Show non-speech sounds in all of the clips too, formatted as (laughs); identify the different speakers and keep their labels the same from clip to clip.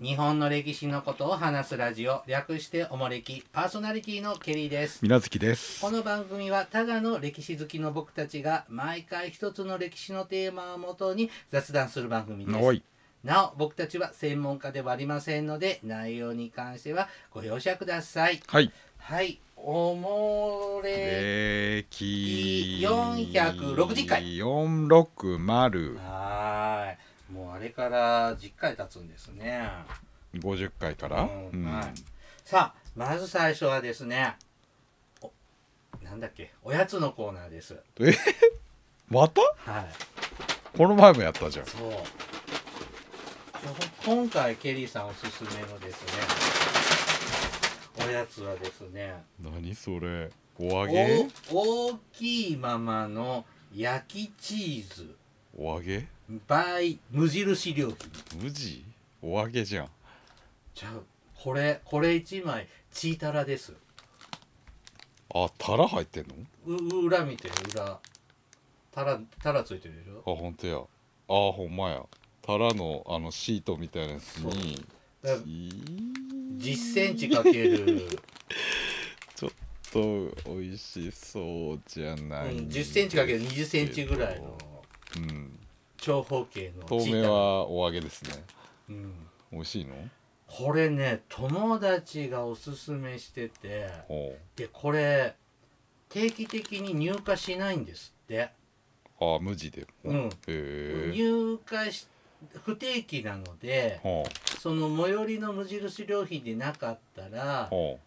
Speaker 1: 日本の歴史のことを話すラジオ略しておもれきパーソナリティのケリーです
Speaker 2: みなずきです
Speaker 1: この番組はただの歴史好きの僕たちが毎回一つの歴史のテーマをもとに雑談する番組です
Speaker 2: おい
Speaker 1: なお僕たちは専門家ではありませんので内容に関してはご容赦ください
Speaker 2: はい
Speaker 1: はいおもれ
Speaker 2: えーき
Speaker 1: 460回
Speaker 2: 460
Speaker 1: はーいもうあれから10回経つんですね
Speaker 2: 50回から、
Speaker 1: う
Speaker 2: うんん
Speaker 1: はい、さあまず最初はですねおなんだっけおやつのコーナーです
Speaker 2: え (laughs) ーまた
Speaker 1: はい
Speaker 2: この前もやったじゃん
Speaker 1: そうこ今回ケリーさんおすすめのですねおやつはですね
Speaker 2: 何それお揚げ
Speaker 1: お大きいままの焼きチーズ
Speaker 2: お揚げ
Speaker 1: by 無印良品
Speaker 2: 無地お揚げじゃん
Speaker 1: じゃあこれこれ1枚チータラです
Speaker 2: あタラ入ってんの
Speaker 1: う裏見て裏タラタラついてるでしょ
Speaker 2: あ本当やあほんまやタラのあのシートみたいなやつに
Speaker 1: だから
Speaker 2: い
Speaker 1: 10センチかけ
Speaker 2: (laughs)
Speaker 1: る、
Speaker 2: ちょっと美味しそうじゃ
Speaker 1: うん、
Speaker 2: ない、
Speaker 1: 10センチかける20センチぐらいの
Speaker 2: うん
Speaker 1: 長方形の
Speaker 2: 透
Speaker 1: チー
Speaker 2: 明
Speaker 1: タラ、
Speaker 2: はお揚げですね
Speaker 1: うん、
Speaker 2: 美味しいの
Speaker 1: これね友達がおすすめしてて
Speaker 2: ほ
Speaker 1: でこれ定期的に入荷しないんですって、
Speaker 2: うあ無地でも
Speaker 1: うん
Speaker 2: へえ
Speaker 1: 入荷し不定期なので
Speaker 2: ほう
Speaker 1: その最寄りの無印良品でなかったら
Speaker 2: ほ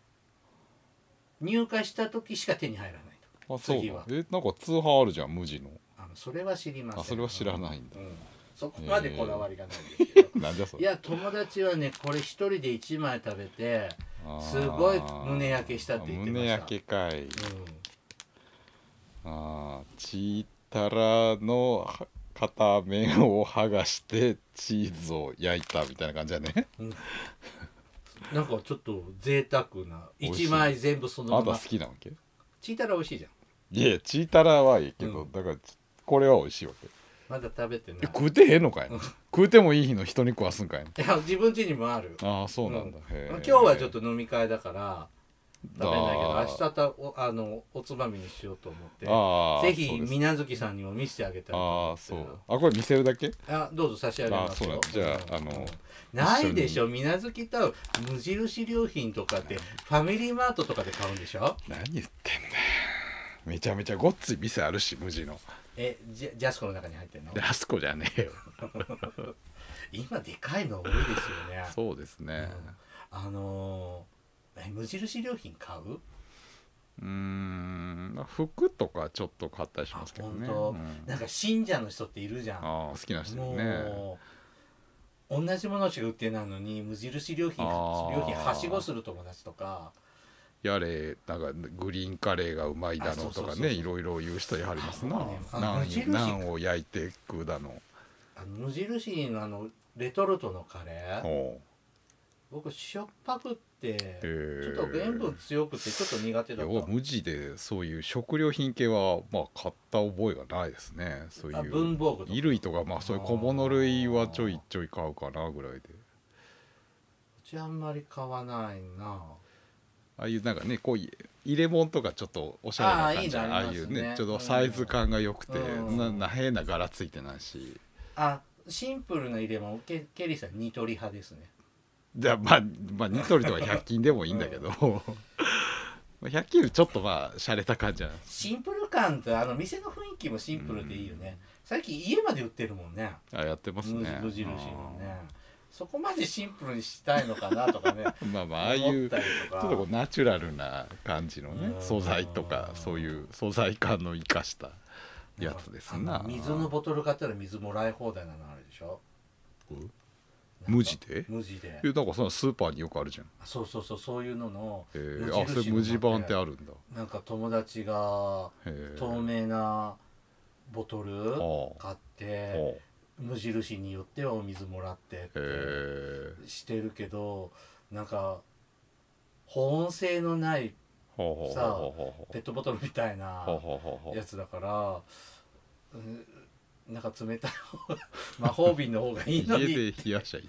Speaker 1: 入荷した時しか手に入らないと
Speaker 2: うあそう
Speaker 1: 次
Speaker 2: だ
Speaker 1: は
Speaker 2: えなんか通販あるじゃん無地の
Speaker 1: あのそれは知りません
Speaker 2: あそれは知らないん
Speaker 1: う
Speaker 2: だ
Speaker 1: ん、そこまでこだわりがないんですけど
Speaker 2: なんじゃそ
Speaker 1: い
Speaker 2: れ
Speaker 1: や友達はねこれ一人で1枚食べて、
Speaker 2: あー
Speaker 1: すごい胸焼けしたって言ってました
Speaker 2: 胸焼けかい
Speaker 1: うん
Speaker 2: あーチータラのは片面を剥がしてチーズを焼いたみたいな感じだね
Speaker 1: なんかちょっと贅沢な
Speaker 2: 美味しい
Speaker 1: 1枚全部そ
Speaker 2: あ
Speaker 1: の
Speaker 2: な
Speaker 1: ま
Speaker 2: た好
Speaker 1: ま
Speaker 2: きなわけ
Speaker 1: チータラ美味しいじゃん
Speaker 2: いやチータラはいいけど、
Speaker 1: うん
Speaker 2: だからこれは美味しいわけ
Speaker 1: まだ食べてない
Speaker 2: え食うてへんのかいな食うてもいい日の人に食わすんかいない
Speaker 1: や自分家にもある
Speaker 2: ああそうなんだ、へえ
Speaker 1: 今日はちょっと飲み会だから食べ
Speaker 2: だ
Speaker 1: ないけど明日たおあのおつまみにしようと思っ
Speaker 2: ああ
Speaker 1: てぜひ
Speaker 2: そうです
Speaker 1: 水無月さんにも見せてあげたいと
Speaker 2: あ
Speaker 1: 思
Speaker 2: あ
Speaker 1: って
Speaker 2: そ
Speaker 1: る
Speaker 2: うあこれ見せるだけ
Speaker 1: あどうぞ差し上げますよ
Speaker 2: あそうなんじゃあ
Speaker 1: うん
Speaker 2: あの
Speaker 1: ないでしょ水無月と無印良品とかってファミリーマートとかで買うんでしょ
Speaker 2: 何言ってんだよめちゃめちゃごっつい店あるし無地の
Speaker 1: えジャジャスコの中に入ってんの
Speaker 2: であそこじゃねえよ
Speaker 1: 今でかいの多いですよね
Speaker 2: (laughs) そうですね
Speaker 1: あのーえ無印良品買う
Speaker 2: うーんまあ服とかちょっと買ったりしますけどね
Speaker 1: あ本
Speaker 2: うん
Speaker 1: なんか信者の人っているじゃん
Speaker 2: ああ好きな人だよね
Speaker 1: もう同じものしか売ってないのに無印良品
Speaker 2: あー
Speaker 1: 良品はしごする友達とか
Speaker 2: やれなんかグリーンカレーがうまいだのと
Speaker 1: あそうそう
Speaker 2: か
Speaker 1: そうそう
Speaker 2: ねいろいろ言う人やはりますな
Speaker 1: あそうねあ
Speaker 2: ナ
Speaker 1: 無印
Speaker 2: ンナンを焼いて食うだの
Speaker 1: あの無印のあのレトルトのカレー
Speaker 2: おう
Speaker 1: 僕しょっぱくってち
Speaker 2: へえ
Speaker 1: ょっと塩分強くてちょっと苦手
Speaker 2: い
Speaker 1: だ
Speaker 2: や
Speaker 1: っ
Speaker 2: 俺
Speaker 1: た
Speaker 2: 無地でそういう食料品系はまあ買った覚えがないですねそう
Speaker 1: あ
Speaker 2: い
Speaker 1: 文
Speaker 2: う
Speaker 1: 房具と
Speaker 2: 衣
Speaker 1: か
Speaker 2: 類とかまあそういう小物類はちょいちょい買うかなぐらいで
Speaker 1: うちあんまり買わないな
Speaker 2: ああいうなんかねこうい入れ物とかちょっとおしゃれな感じ
Speaker 1: ああいいの
Speaker 2: あ
Speaker 1: あ
Speaker 2: あ
Speaker 1: りま
Speaker 2: い
Speaker 1: す
Speaker 2: う
Speaker 1: ね
Speaker 2: ねちょっとサイズ感が良くて、
Speaker 1: うん
Speaker 2: なな変な柄ついてないし
Speaker 1: あシンプルな入れ物ケケリーさんニトリ派ですね
Speaker 2: じゃあまあまあニトリとか100均でもいいんだけど、 (laughs) まあ100均よりちょっとまあ洒落た感じじゃない
Speaker 1: シンプル感とあの店の雰囲気もシンプルでいいよね、最近家まで売ってるもんね
Speaker 2: あやってます
Speaker 1: 無
Speaker 2: ね
Speaker 1: 無印のねそこまでシンプルにしたいのかなとかね
Speaker 2: うん (laughs) まあまあああいう
Speaker 1: 思ったりと
Speaker 2: ちょ
Speaker 1: か
Speaker 2: っとこうナチュラルな感じのね
Speaker 1: うん
Speaker 2: 素材とかそういう素材感の生かしたやつです
Speaker 1: あ
Speaker 2: な
Speaker 1: の水のボトル買ったら水もらい放題なのあるでしょ
Speaker 2: うん無地で
Speaker 1: 無地で
Speaker 2: えなんかそのスーパーによくあるじゃん、
Speaker 1: あそうそうそうそういうのの
Speaker 2: えー、あそれ
Speaker 1: の
Speaker 2: 無地版ってあるんだ
Speaker 1: なんか友達が
Speaker 2: へえ
Speaker 1: 透明なボトル
Speaker 2: あ
Speaker 1: 買っ
Speaker 2: あ
Speaker 1: て
Speaker 2: へ
Speaker 1: 無印によってはお水もらってって
Speaker 2: え
Speaker 1: してるけどなんか保温性のない
Speaker 2: ほうほう
Speaker 1: さあ
Speaker 2: ほうほうほう
Speaker 1: ペットボトルみたいな
Speaker 2: ほうほうほうほう
Speaker 1: やつだから、うんなんか冷たい方 (laughs) が魔法瓶の方がいいのに
Speaker 2: 家で冷やしゃいい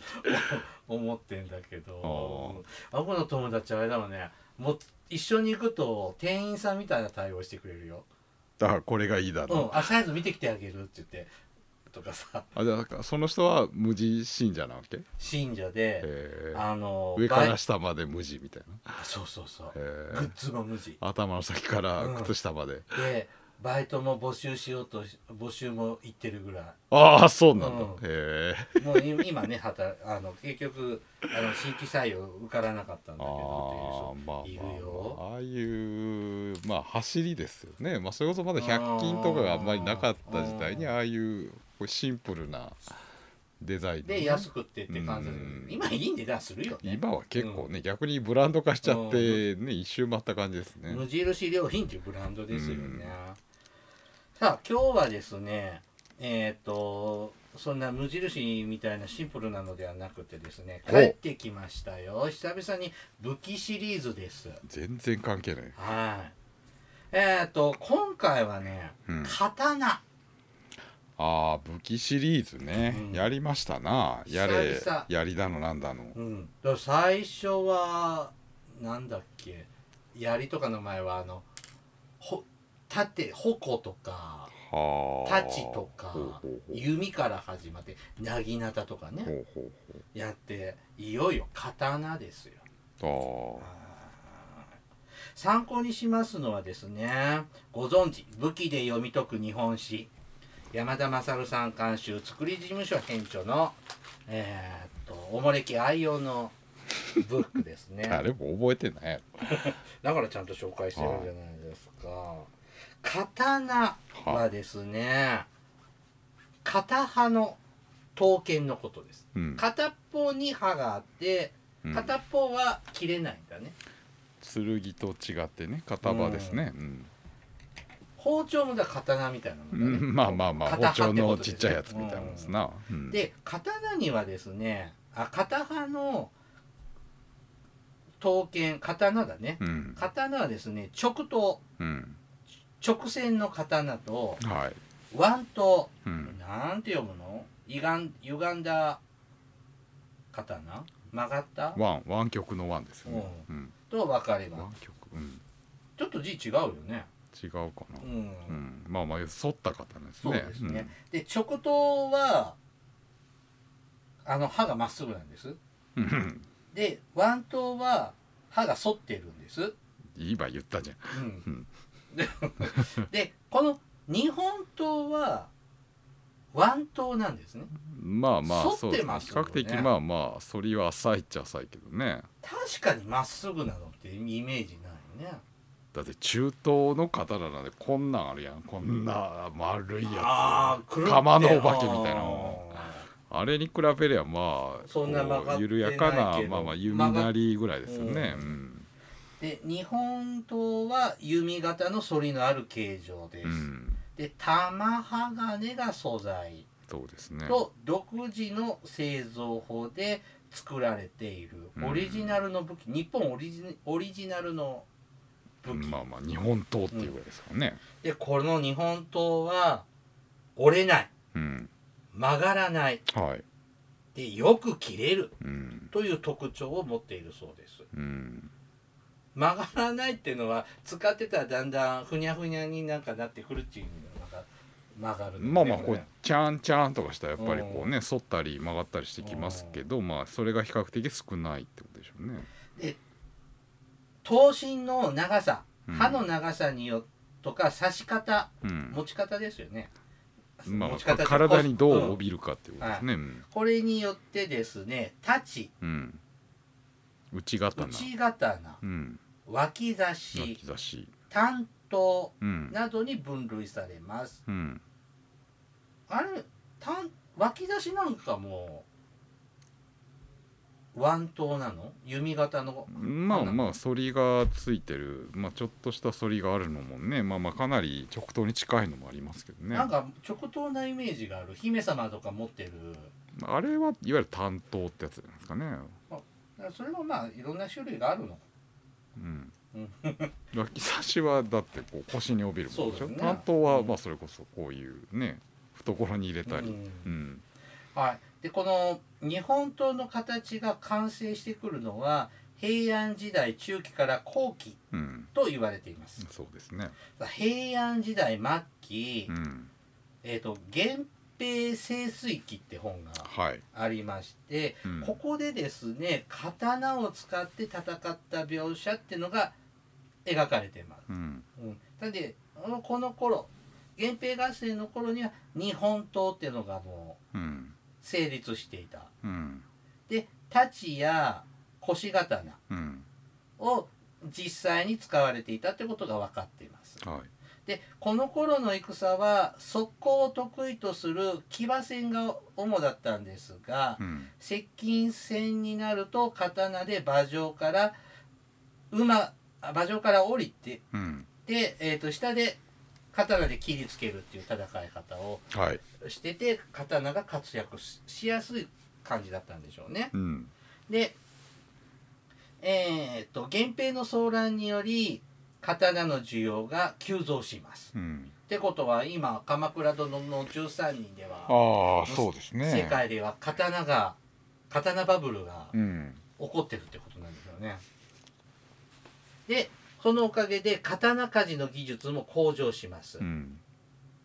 Speaker 1: 思ってんだけどあこの友達あれだろうねもう一緒に行くと店員さんみたいな対応してくれるよ
Speaker 2: あこれがいい
Speaker 1: 「
Speaker 2: だ
Speaker 1: う
Speaker 2: ろう、
Speaker 1: んあサイズ見てきてあげる」って言ってとかさ
Speaker 2: あじゃあなんかその人は無地信者なわけ、
Speaker 1: 信者で
Speaker 2: えー
Speaker 1: あの
Speaker 2: 上から
Speaker 1: バイ
Speaker 2: 下まで無地みたいな、
Speaker 1: あそうそうそう
Speaker 2: え
Speaker 1: グッ
Speaker 2: ー
Speaker 1: ズも無地
Speaker 2: 頭の先から
Speaker 1: うん
Speaker 2: 靴下まで、
Speaker 1: でバイトも募集しようとし募集も行ってるぐらい
Speaker 2: ああそうなんだ、
Speaker 1: うん
Speaker 2: へえ (laughs)
Speaker 1: もうい今ね働あの結局あの新規採用受からなかったんだけ
Speaker 2: あ
Speaker 1: ど
Speaker 2: ーまあ
Speaker 1: っていう人いるよ。
Speaker 2: まあまあああいうまあ走りですよねまあそれこそまだ100均とかがあんまりなかった時代に
Speaker 1: うん
Speaker 2: ああいうこうシンプルなデザインのね
Speaker 1: で安くってって感じだけど
Speaker 2: うん
Speaker 1: 今いい値段するよね
Speaker 2: 今は結構ね、逆にブランド化しちゃって、ね一周回った感じですね
Speaker 1: 無印良品っていうブランドですよね、
Speaker 2: うん
Speaker 1: さあ今日はですねえっ、とそんな無印みたいなシンプルなのではなくてですね
Speaker 2: お
Speaker 1: 帰ってきましたよ久々に武器シリーズです
Speaker 2: 全然関係ない、
Speaker 1: はいえっ、と今回はね
Speaker 2: うん、あ
Speaker 1: 刀
Speaker 2: あ武器シリーズね、
Speaker 1: うん
Speaker 2: やりましたなやれ
Speaker 1: 久々
Speaker 2: やりだのなんだの
Speaker 1: うんだから最初はなんだっけ槍とかの前はあのほ盾矛とか
Speaker 2: はあ
Speaker 1: 太刀とか
Speaker 2: ほうほうほう
Speaker 1: 弓から始まってなぎなたとか
Speaker 2: ほ
Speaker 1: ね
Speaker 2: うほ
Speaker 1: やっていよいよ刀ですよ
Speaker 2: うほうあ
Speaker 1: 参考にしますのはですねご存知武器で読み解く日本史山田勝さん監修作り事務所編著のえーっとおもれき愛用のブックですね
Speaker 2: (laughs) あ誰も覚えてないやろ
Speaker 1: だからちゃんと紹介してるじゃないですか。刀はですね、片刃の刀剣のことです。
Speaker 2: うん
Speaker 1: 片方に刃があって、
Speaker 2: うん
Speaker 1: 片方は切れないんだね。
Speaker 2: 剣と違ってね片刃ですね、うん
Speaker 1: 包丁もだから刀みたいなもんだね。
Speaker 2: うんまあまあまあ
Speaker 1: 片
Speaker 2: 包
Speaker 1: 刃
Speaker 2: 丁
Speaker 1: てこ
Speaker 2: の
Speaker 1: と
Speaker 2: ち
Speaker 1: で
Speaker 2: っ
Speaker 1: す
Speaker 2: ち
Speaker 1: よ
Speaker 2: ゃいやつみたいなもんです。な、うん
Speaker 1: うんで、刀にはですね、あ、片刃の刀剣、刀だね。
Speaker 2: うん
Speaker 1: 刀はですね、直刀、
Speaker 2: うん
Speaker 1: 直線の刀と、
Speaker 2: はい、
Speaker 1: 腕刀。
Speaker 2: うん、
Speaker 1: なんて読むの歪ん歪んだ刀曲がった
Speaker 2: ワン湾曲の湾ですよね、うん、
Speaker 1: と分かれば
Speaker 2: 湾曲、うん、
Speaker 1: ちょっと字違うよね
Speaker 2: 違うかな、
Speaker 1: う
Speaker 2: うん
Speaker 1: ん、
Speaker 2: まあまあ反った方です
Speaker 1: そ
Speaker 2: ね
Speaker 1: うですね、で直刀はあの刃がまっすぐなんです
Speaker 2: うんうん
Speaker 1: で腕刀は刃が反ってるんです、
Speaker 2: 今言ったじゃん
Speaker 1: うん
Speaker 2: うん
Speaker 1: ででこの日本刀は腕刀なんですね
Speaker 2: まあまあ
Speaker 1: 反
Speaker 2: そ
Speaker 1: っ
Speaker 2: う
Speaker 1: て
Speaker 2: ですね
Speaker 1: ます
Speaker 2: 比
Speaker 1: よね
Speaker 2: 較的まあまあ反りは浅いっちゃ浅いけどね
Speaker 1: 確かにまっすぐなのってイメージないね
Speaker 2: だって中東の刀なんでこんなんあるやんこんな丸いやつ
Speaker 1: あー狂って
Speaker 2: 釜のお化けみたいなの
Speaker 1: あ
Speaker 2: あれに比べりゃまあ
Speaker 1: そんな曲がっ
Speaker 2: こ
Speaker 1: てないけ
Speaker 2: う
Speaker 1: ど
Speaker 2: 緩やかなまあまあ弓なりぐらいですよ
Speaker 1: 曲が
Speaker 2: ね
Speaker 1: っ
Speaker 2: うん、
Speaker 1: ーで日本刀は弓形の反りのある形状です、
Speaker 2: うん、
Speaker 1: で玉鋼が素材
Speaker 2: そうですね
Speaker 1: と独自の製造法で作られている
Speaker 2: うん
Speaker 1: オリジナルの武器、日本オリジオリジナルの武器、
Speaker 2: まあまあ日本刀っていうぐらいですからね
Speaker 1: でこの日本刀は折れない
Speaker 2: うん、
Speaker 1: 曲がらない
Speaker 2: はい
Speaker 1: でよく切れる
Speaker 2: うん
Speaker 1: という特徴を持っているそうです
Speaker 2: うん
Speaker 1: 曲がらないっていうのは使ってたらだんだんふにゃふにゃになんかなってくるっていうのが曲がるのね
Speaker 2: まあまあこ
Speaker 1: こ
Speaker 2: う
Speaker 1: れ
Speaker 2: チャンチャンとかしたらやっぱりこうね反ったり曲がったりしてきますけどまあそれが比較的少ないってことでしょうね
Speaker 1: 刀身の長さ
Speaker 2: うん
Speaker 1: 刃の長さによとか刺し方
Speaker 2: うん
Speaker 1: 持ち方ですよね、
Speaker 2: まあま
Speaker 1: 持
Speaker 2: あ
Speaker 1: ち方って
Speaker 2: 体にどう
Speaker 1: こ
Speaker 2: 帯びるかっていうことですねうん
Speaker 1: これによってですね太刀
Speaker 2: うん内刀
Speaker 1: 内刀
Speaker 2: うん
Speaker 1: 脇差
Speaker 2: 巻
Speaker 1: し
Speaker 2: き差し
Speaker 1: 短刀
Speaker 2: うん
Speaker 1: などに分類されます
Speaker 2: うん
Speaker 1: あれ短脇差しなんかも腕刀なの弓形の
Speaker 2: まあまあ反りがついてる、まあ、ちょっとした反りがあるのもねまあまあかなり直刀に近いのもありますけどね
Speaker 1: なんか直当なイメージがある姫様とか持ってる
Speaker 2: あれはいわゆる単刀ってやつじゃないですかね
Speaker 1: だからそれもまあいろんな種類があるの
Speaker 2: うん
Speaker 1: う
Speaker 2: 脇差しはだってこう腰に帯びるもんでし
Speaker 1: そ
Speaker 2: ょ、
Speaker 1: うだよね
Speaker 2: 担当はまあそれこそこういうね懐に入れた
Speaker 1: う
Speaker 2: り、
Speaker 1: ん
Speaker 2: うん
Speaker 1: はい、でこの日本刀の形が完成してくるのは平安時代中期から後期
Speaker 2: うん、
Speaker 1: と言われています、
Speaker 2: そうですね、
Speaker 1: さあ平安時代末期、
Speaker 2: うん、
Speaker 1: えー、と源平盛衰期って本が
Speaker 2: はい、
Speaker 1: ありまして、
Speaker 2: うん
Speaker 1: ここでですね刀を使って戦った描写っていうのが描かれてます
Speaker 2: うん、
Speaker 1: うん、なんであのこの頃源平合戦の頃には日本刀っていうのがもう
Speaker 2: うん、
Speaker 1: 成立していた
Speaker 2: うん、
Speaker 1: で太刀や腰刀
Speaker 2: うん、
Speaker 1: を実際に使われていたということが分かっています
Speaker 2: は
Speaker 1: でこの頃の戦は速攻を得意とする騎馬戦が主だったんですが、
Speaker 2: い、うん、
Speaker 1: 接近戦になると刀で馬上から馬あ馬上から降りて
Speaker 2: うん、
Speaker 1: で、えー、と下で刀で切りつけるっていう戦い方を
Speaker 2: はい、
Speaker 1: してて刀が活躍ししやすい感じだったんでしょうね。
Speaker 2: うん、
Speaker 1: でえー、と源平の騒乱により刀の需要が急増します。
Speaker 2: うん、
Speaker 1: ってことは今鎌倉殿の13人では
Speaker 2: ああ、そうですね。
Speaker 1: 世界では刀が刀バブルが
Speaker 2: うん、
Speaker 1: 起こってるってことなんですよね。でそのおかげで刀鍛冶の技術も向上します。
Speaker 2: うん、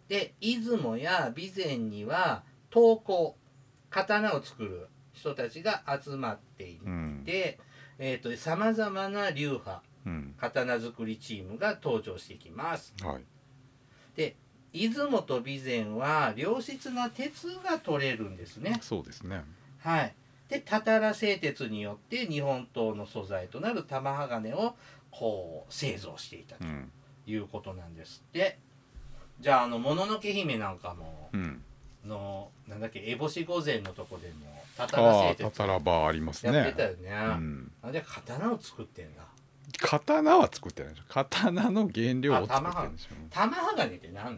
Speaker 1: で出雲や備前には刀工刀を作る人たちが集まってい
Speaker 2: うん、
Speaker 1: てえーとさまざ、まな流派
Speaker 2: うん、
Speaker 1: 刀作りチームが登場してきます。
Speaker 2: はい、
Speaker 1: 出雲と備前は良質な鉄が取れるんですね。
Speaker 2: そうですね。
Speaker 1: はい、でたたら製鉄によって日本刀の素材となる玉鋼をこう製造していたと
Speaker 2: うん、
Speaker 1: いうことなんですって、じゃああの「もののけ姫」なんかも
Speaker 2: うん、
Speaker 1: のなんだっけ烏帽子御前のとこでもたたら
Speaker 2: ああ、
Speaker 1: 製
Speaker 2: た
Speaker 1: 鉄
Speaker 2: たらばあります
Speaker 1: やって
Speaker 2: ね
Speaker 1: た。よね。
Speaker 2: うん、
Speaker 1: あじゃあ刀を作ってんだ。
Speaker 2: 刀は作ってないでしょ。刀の原料を作ってるんでしょ。
Speaker 1: 玉鋼って何なの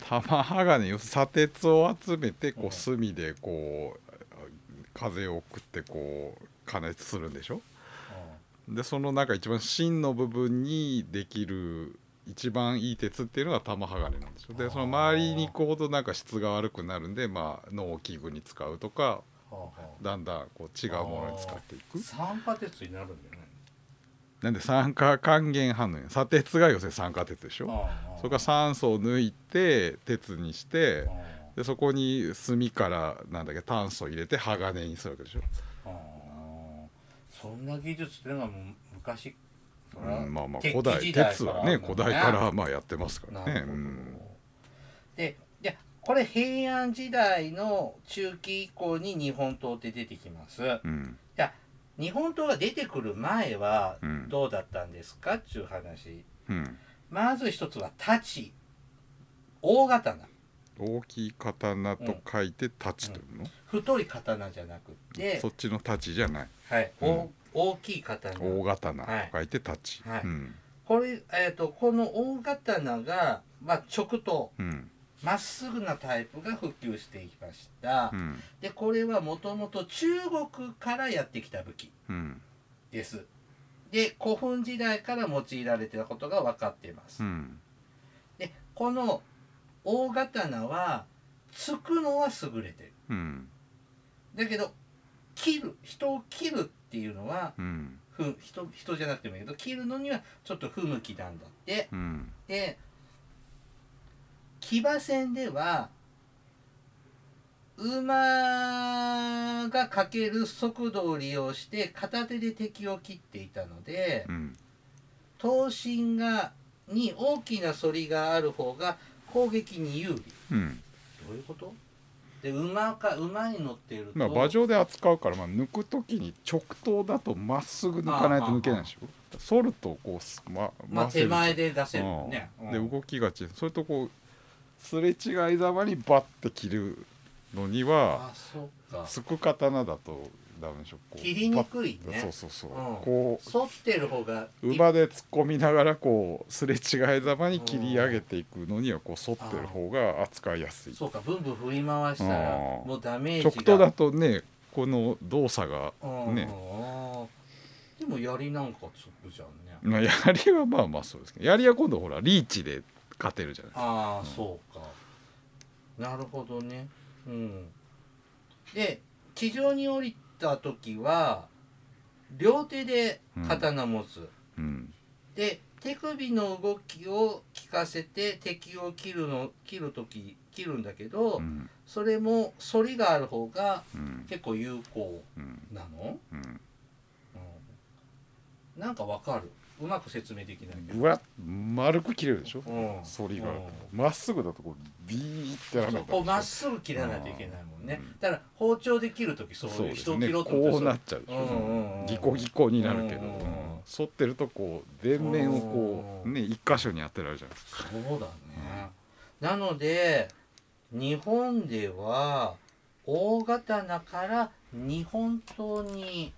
Speaker 2: 玉鋼よ砂鉄を集めて
Speaker 1: う
Speaker 2: こ
Speaker 1: ん
Speaker 2: う炭でこう風を送ってこう加熱するんでしょでそのなんか一番芯の部分にできる一番いい鉄っていうのが玉鋼なんでしょ
Speaker 1: あー
Speaker 2: でその周りに行くほどなんか質が悪くなるんでまあ農機具に使うとか
Speaker 1: うんはあは
Speaker 2: だんだんこう違うものに使ってい
Speaker 1: あ
Speaker 2: く
Speaker 1: 酸化鉄になるんじゃない
Speaker 2: なんで酸化還元反応や砂鉄が要するに酸化鉄でしょ
Speaker 1: のああ
Speaker 2: それから酸素を抜いて鉄にして
Speaker 1: あ
Speaker 2: でそこに炭からなんだっけ炭素入れて鋼にするわけでしょ、
Speaker 1: あああそんな技術っていうのはもう昔から
Speaker 2: うん、まあまあ
Speaker 1: 鉄器
Speaker 2: 古代
Speaker 1: 時代
Speaker 2: 鉄は
Speaker 1: からある
Speaker 2: ね
Speaker 1: んだ
Speaker 2: 古代からまあやってますから
Speaker 1: な
Speaker 2: ね
Speaker 1: るほ
Speaker 2: う
Speaker 1: ど
Speaker 2: ん
Speaker 1: でいやこれ平安時代の中期以降に日本刀って出てきます
Speaker 2: うん
Speaker 1: 日本刀が出てくる前は
Speaker 2: うん
Speaker 1: どうだったんですかっていう話
Speaker 2: うん
Speaker 1: まず一つは太刀大刀
Speaker 2: 大きい刀と書いて太刀というの、
Speaker 1: 太い刀じゃなくって
Speaker 2: そ、っちの太刀じゃない
Speaker 1: はい
Speaker 2: うん
Speaker 1: 大大きい刀
Speaker 2: 大刀と
Speaker 1: はい
Speaker 2: 書いて太刀、
Speaker 1: はい
Speaker 2: うん
Speaker 1: これ、えー、とこの大刀が、まあ、直刀
Speaker 2: うん
Speaker 1: まっすぐなタイプが普及していきました、
Speaker 2: うん
Speaker 1: でこれはもともと中国からやってきた武器
Speaker 2: うん
Speaker 1: ですで古墳時代から用いられてたことが分かっています、
Speaker 2: うん
Speaker 1: でこの大刀は突くのは優れてる
Speaker 2: うん
Speaker 1: だけど切る人を切るっていうのは
Speaker 2: うん
Speaker 1: ふ人人じゃなくてもいいけど切るのにはちょっと不向きなんだって
Speaker 2: うん
Speaker 1: で騎馬戦では馬がかける速度を利用して片手で敵を切っていたので
Speaker 2: うん
Speaker 1: 刀身がに大きな反りがある方が攻撃に有利
Speaker 2: うん
Speaker 1: どういうことで馬か馬に乗っていると、
Speaker 2: まあ馬上で扱うから、まあ、抜く時に直刀だとまっすぐ抜かないと抜けないでしょ反るとこうすま
Speaker 1: まあ、
Speaker 2: 回せ
Speaker 1: 手
Speaker 2: るじゃん
Speaker 1: 前で出せるよね、
Speaker 2: うん
Speaker 1: うん
Speaker 2: で動きがちそれとこうすれ違いざまにバッて切るのには
Speaker 1: あそうか
Speaker 2: つく刀だとダメでしょこう
Speaker 1: 切りにくい
Speaker 2: バッ
Speaker 1: ね
Speaker 2: そうそうそう、
Speaker 1: うん
Speaker 2: こ
Speaker 1: 反ってる方が
Speaker 2: う馬で突っ込みながらこうすれ違いざまに切り上げていくのにはこう反ってる方が扱いやすい
Speaker 1: そうかブンブン振り回したら
Speaker 2: うん
Speaker 1: もうダメージが
Speaker 2: 直刀だとねこの動作が
Speaker 1: うん
Speaker 2: ね
Speaker 1: でも槍なんかつくじゃんね
Speaker 2: まあ槍はまあまあそうですけど槍は今度ほらリーチで勝てるじゃない
Speaker 1: ああ、
Speaker 2: ん
Speaker 1: そうかなるほどね。うん、で地上に降りた時は両手で刀持つ、
Speaker 2: うん
Speaker 1: で手首の動きを聞かせて敵を切るの切る時切るんだけど、
Speaker 2: うん
Speaker 1: それも反りがある方が
Speaker 2: うん
Speaker 1: 結構有効
Speaker 2: うん
Speaker 1: なの、
Speaker 2: うん
Speaker 1: うん、なんかわかるうまく説明できないけど。
Speaker 2: ぐわっ丸く切れるでしょ
Speaker 1: うん
Speaker 2: 反りがある
Speaker 1: うん
Speaker 2: とまっすぐだとこうビーってなるん
Speaker 1: そう
Speaker 2: だ
Speaker 1: こうまっすぐ切らないといけないもんね、
Speaker 2: うん
Speaker 1: だから包丁で切る時そう
Speaker 2: そう
Speaker 1: いう
Speaker 2: で
Speaker 1: 人
Speaker 2: す
Speaker 1: を切
Speaker 2: ね
Speaker 1: ろ
Speaker 2: こ
Speaker 1: うと思っ
Speaker 2: う
Speaker 1: た
Speaker 2: な
Speaker 1: ら
Speaker 2: っちゃうでし
Speaker 1: うんうんうん
Speaker 2: ょギコギコになるけど
Speaker 1: うんうんうん
Speaker 2: うん反ってるとこう全面をこう
Speaker 1: うん
Speaker 2: ね一箇所に当てられるじゃないですか
Speaker 1: そうだね、なので日本では大刀から日本刀に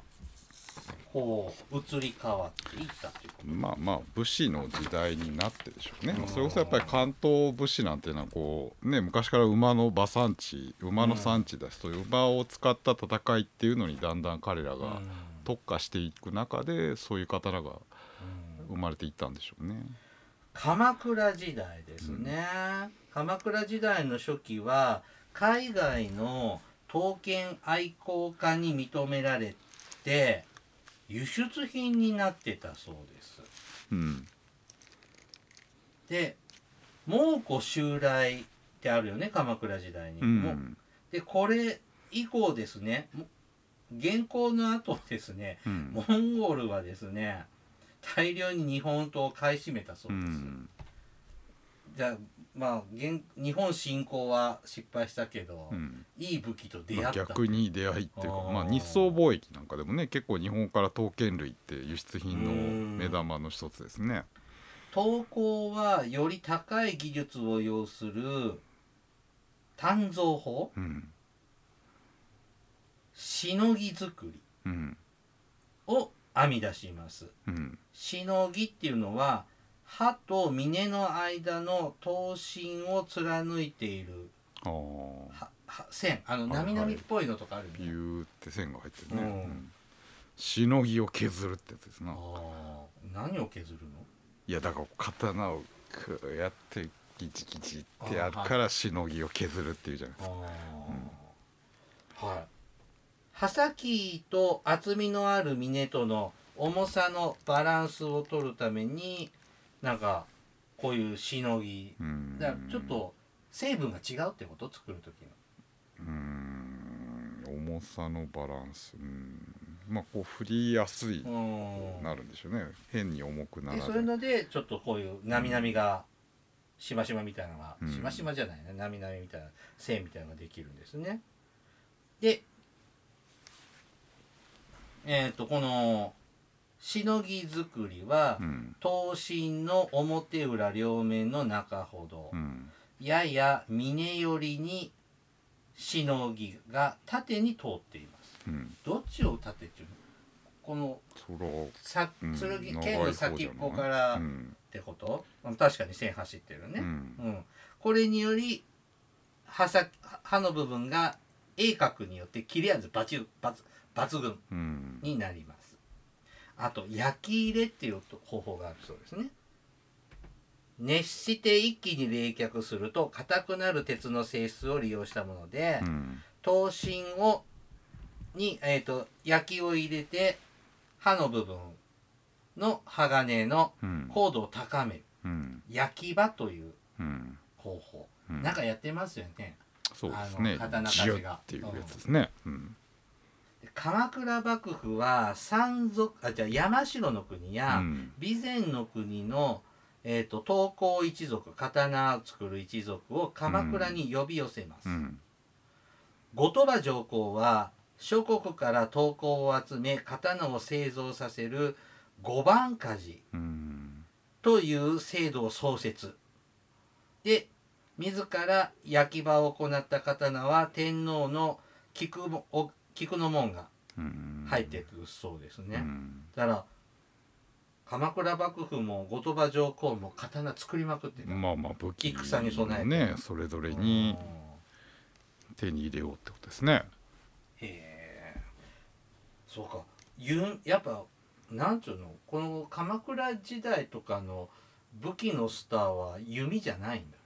Speaker 1: こう移り変わっていったということ
Speaker 2: まあまあ武士の時代になってでしょうね
Speaker 1: うん
Speaker 2: それこそやっぱり関東武士なんていうのはこうね昔から馬の馬産地馬の産地だし、そういう馬を使った戦いっていうのにだんだん彼ら
Speaker 1: が
Speaker 2: が、特化していく中でそういう刀が
Speaker 1: うん
Speaker 2: 生まれていったんでしょうね。
Speaker 1: 鎌倉時代ですね、鎌倉時代の初期は海外の刀剣愛好家に認められて輸出品になってたそうです
Speaker 2: うん
Speaker 1: で蒙古襲来ってあるよね鎌倉時代に、
Speaker 2: う
Speaker 1: も
Speaker 2: ん
Speaker 1: でこれ以降ですねも元寇の後ですね
Speaker 2: うん
Speaker 1: モンゴルはですね大量に日本刀を買い占めたそう
Speaker 2: う
Speaker 1: です、
Speaker 2: ん
Speaker 1: じゃあまあ現日本侵攻は失敗したけど、
Speaker 2: うん
Speaker 1: いい武器と出
Speaker 2: ま
Speaker 1: 会
Speaker 2: あ
Speaker 1: った、
Speaker 2: 逆に出会いってい
Speaker 1: あ
Speaker 2: うか
Speaker 1: ー
Speaker 2: まあ日宋貿易なんかでもね結構日本から刀剣類って輸出品の目玉の一つですね。
Speaker 1: 投稿はより高い技術を要する鍛造法
Speaker 2: うん
Speaker 1: しのぎ作り
Speaker 2: うん
Speaker 1: を編み出します
Speaker 2: うん
Speaker 1: しのぎっていうのは歯と峰の間の刀身を貫いている
Speaker 2: ああ。
Speaker 1: はは線あの
Speaker 2: はいはい
Speaker 1: 波々っぽいのとかあるよ
Speaker 2: ビ
Speaker 1: ね、
Speaker 2: ューって線が入ってるね、
Speaker 1: うん
Speaker 2: うんしのぎを削るってやつですな
Speaker 1: ああ何を削るの
Speaker 2: いやだから刀をこうやってギチギチってやる
Speaker 1: あはい
Speaker 2: からしのぎを削るっていうじゃないですか
Speaker 1: はい。刃先と厚みのある峰との重さのバランスを取るためになんかこういうしのぎ
Speaker 2: うん
Speaker 1: だからちょっと成分が違うってこと作る時の。
Speaker 2: うん重さのバランスうんまあこう振りやすいな
Speaker 1: う。
Speaker 2: るんでしょうね変に重くなん
Speaker 1: で
Speaker 2: ら
Speaker 1: そ
Speaker 2: ず
Speaker 1: れのでちょっとこういうなみなみがしましまみたいなのが
Speaker 2: うん
Speaker 1: しましまじゃないねなみなみみたいな線みたいなのができるんですね。でえっ、とこのしのぎ作りは、
Speaker 2: うん
Speaker 1: 刀身の表裏両面の中ほど、
Speaker 2: うん
Speaker 1: やや峰寄りにしのぎが縦に通っています
Speaker 2: うん
Speaker 1: どっちを縦っていうのこの
Speaker 2: それは
Speaker 1: さ
Speaker 2: う
Speaker 1: 剣
Speaker 2: ん長い
Speaker 1: 剣
Speaker 2: 方
Speaker 1: の
Speaker 2: じゃない
Speaker 1: 先っぽから
Speaker 2: う
Speaker 1: っ
Speaker 2: ん
Speaker 1: てこと、うん確かに線走ってる
Speaker 2: う
Speaker 1: ね、
Speaker 2: ん
Speaker 1: うんこれにより刃先刃の部分が鋭角によって切れ味バチバツ抜群
Speaker 2: うん
Speaker 1: になりますあと焼き入れっていう方法があるそうですね熱して一気に冷却すると硬くなる鉄の性質を利用したもので、
Speaker 2: うん
Speaker 1: 刀身をに、えー、と焼きを入れて刃の部分の鋼の
Speaker 2: うん
Speaker 1: 硬度を高める
Speaker 2: うん
Speaker 1: 焼き場という
Speaker 2: うん
Speaker 1: 方法、
Speaker 2: うん
Speaker 1: なんかやってますよね
Speaker 2: そうですね
Speaker 1: あの刀。鍛
Speaker 2: ジ
Speaker 1: 冶
Speaker 2: ュ
Speaker 1: が
Speaker 2: ッっていうやつですね。うん。
Speaker 1: 鎌倉幕府は山賊あじゃあ山城の国や、
Speaker 2: うん
Speaker 1: 備前の国の、えー、と刀工一族刀を作る一族を鎌倉に呼び寄せます、
Speaker 2: うん。
Speaker 1: 後鳥羽上皇は諸国から刀工を集め刀を製造させる五番鍛冶
Speaker 2: うん。
Speaker 1: という制度を創設で自ら焼き場を行った刀は天皇の菊もお菊の門が
Speaker 2: うん
Speaker 1: 入ってくるそうですね、
Speaker 2: うん
Speaker 1: だから鎌倉幕府も後鳥羽上皇も刀作りまくってた、
Speaker 2: まあまあ武器
Speaker 1: 戦に備えて
Speaker 2: ねそれぞれ
Speaker 1: うん
Speaker 2: に手に入れようってことですね。 (clears throat)
Speaker 1: へえそうかゆんやっぱなんていうのこの鎌倉時代とかの武器のスターは弓じゃないんだ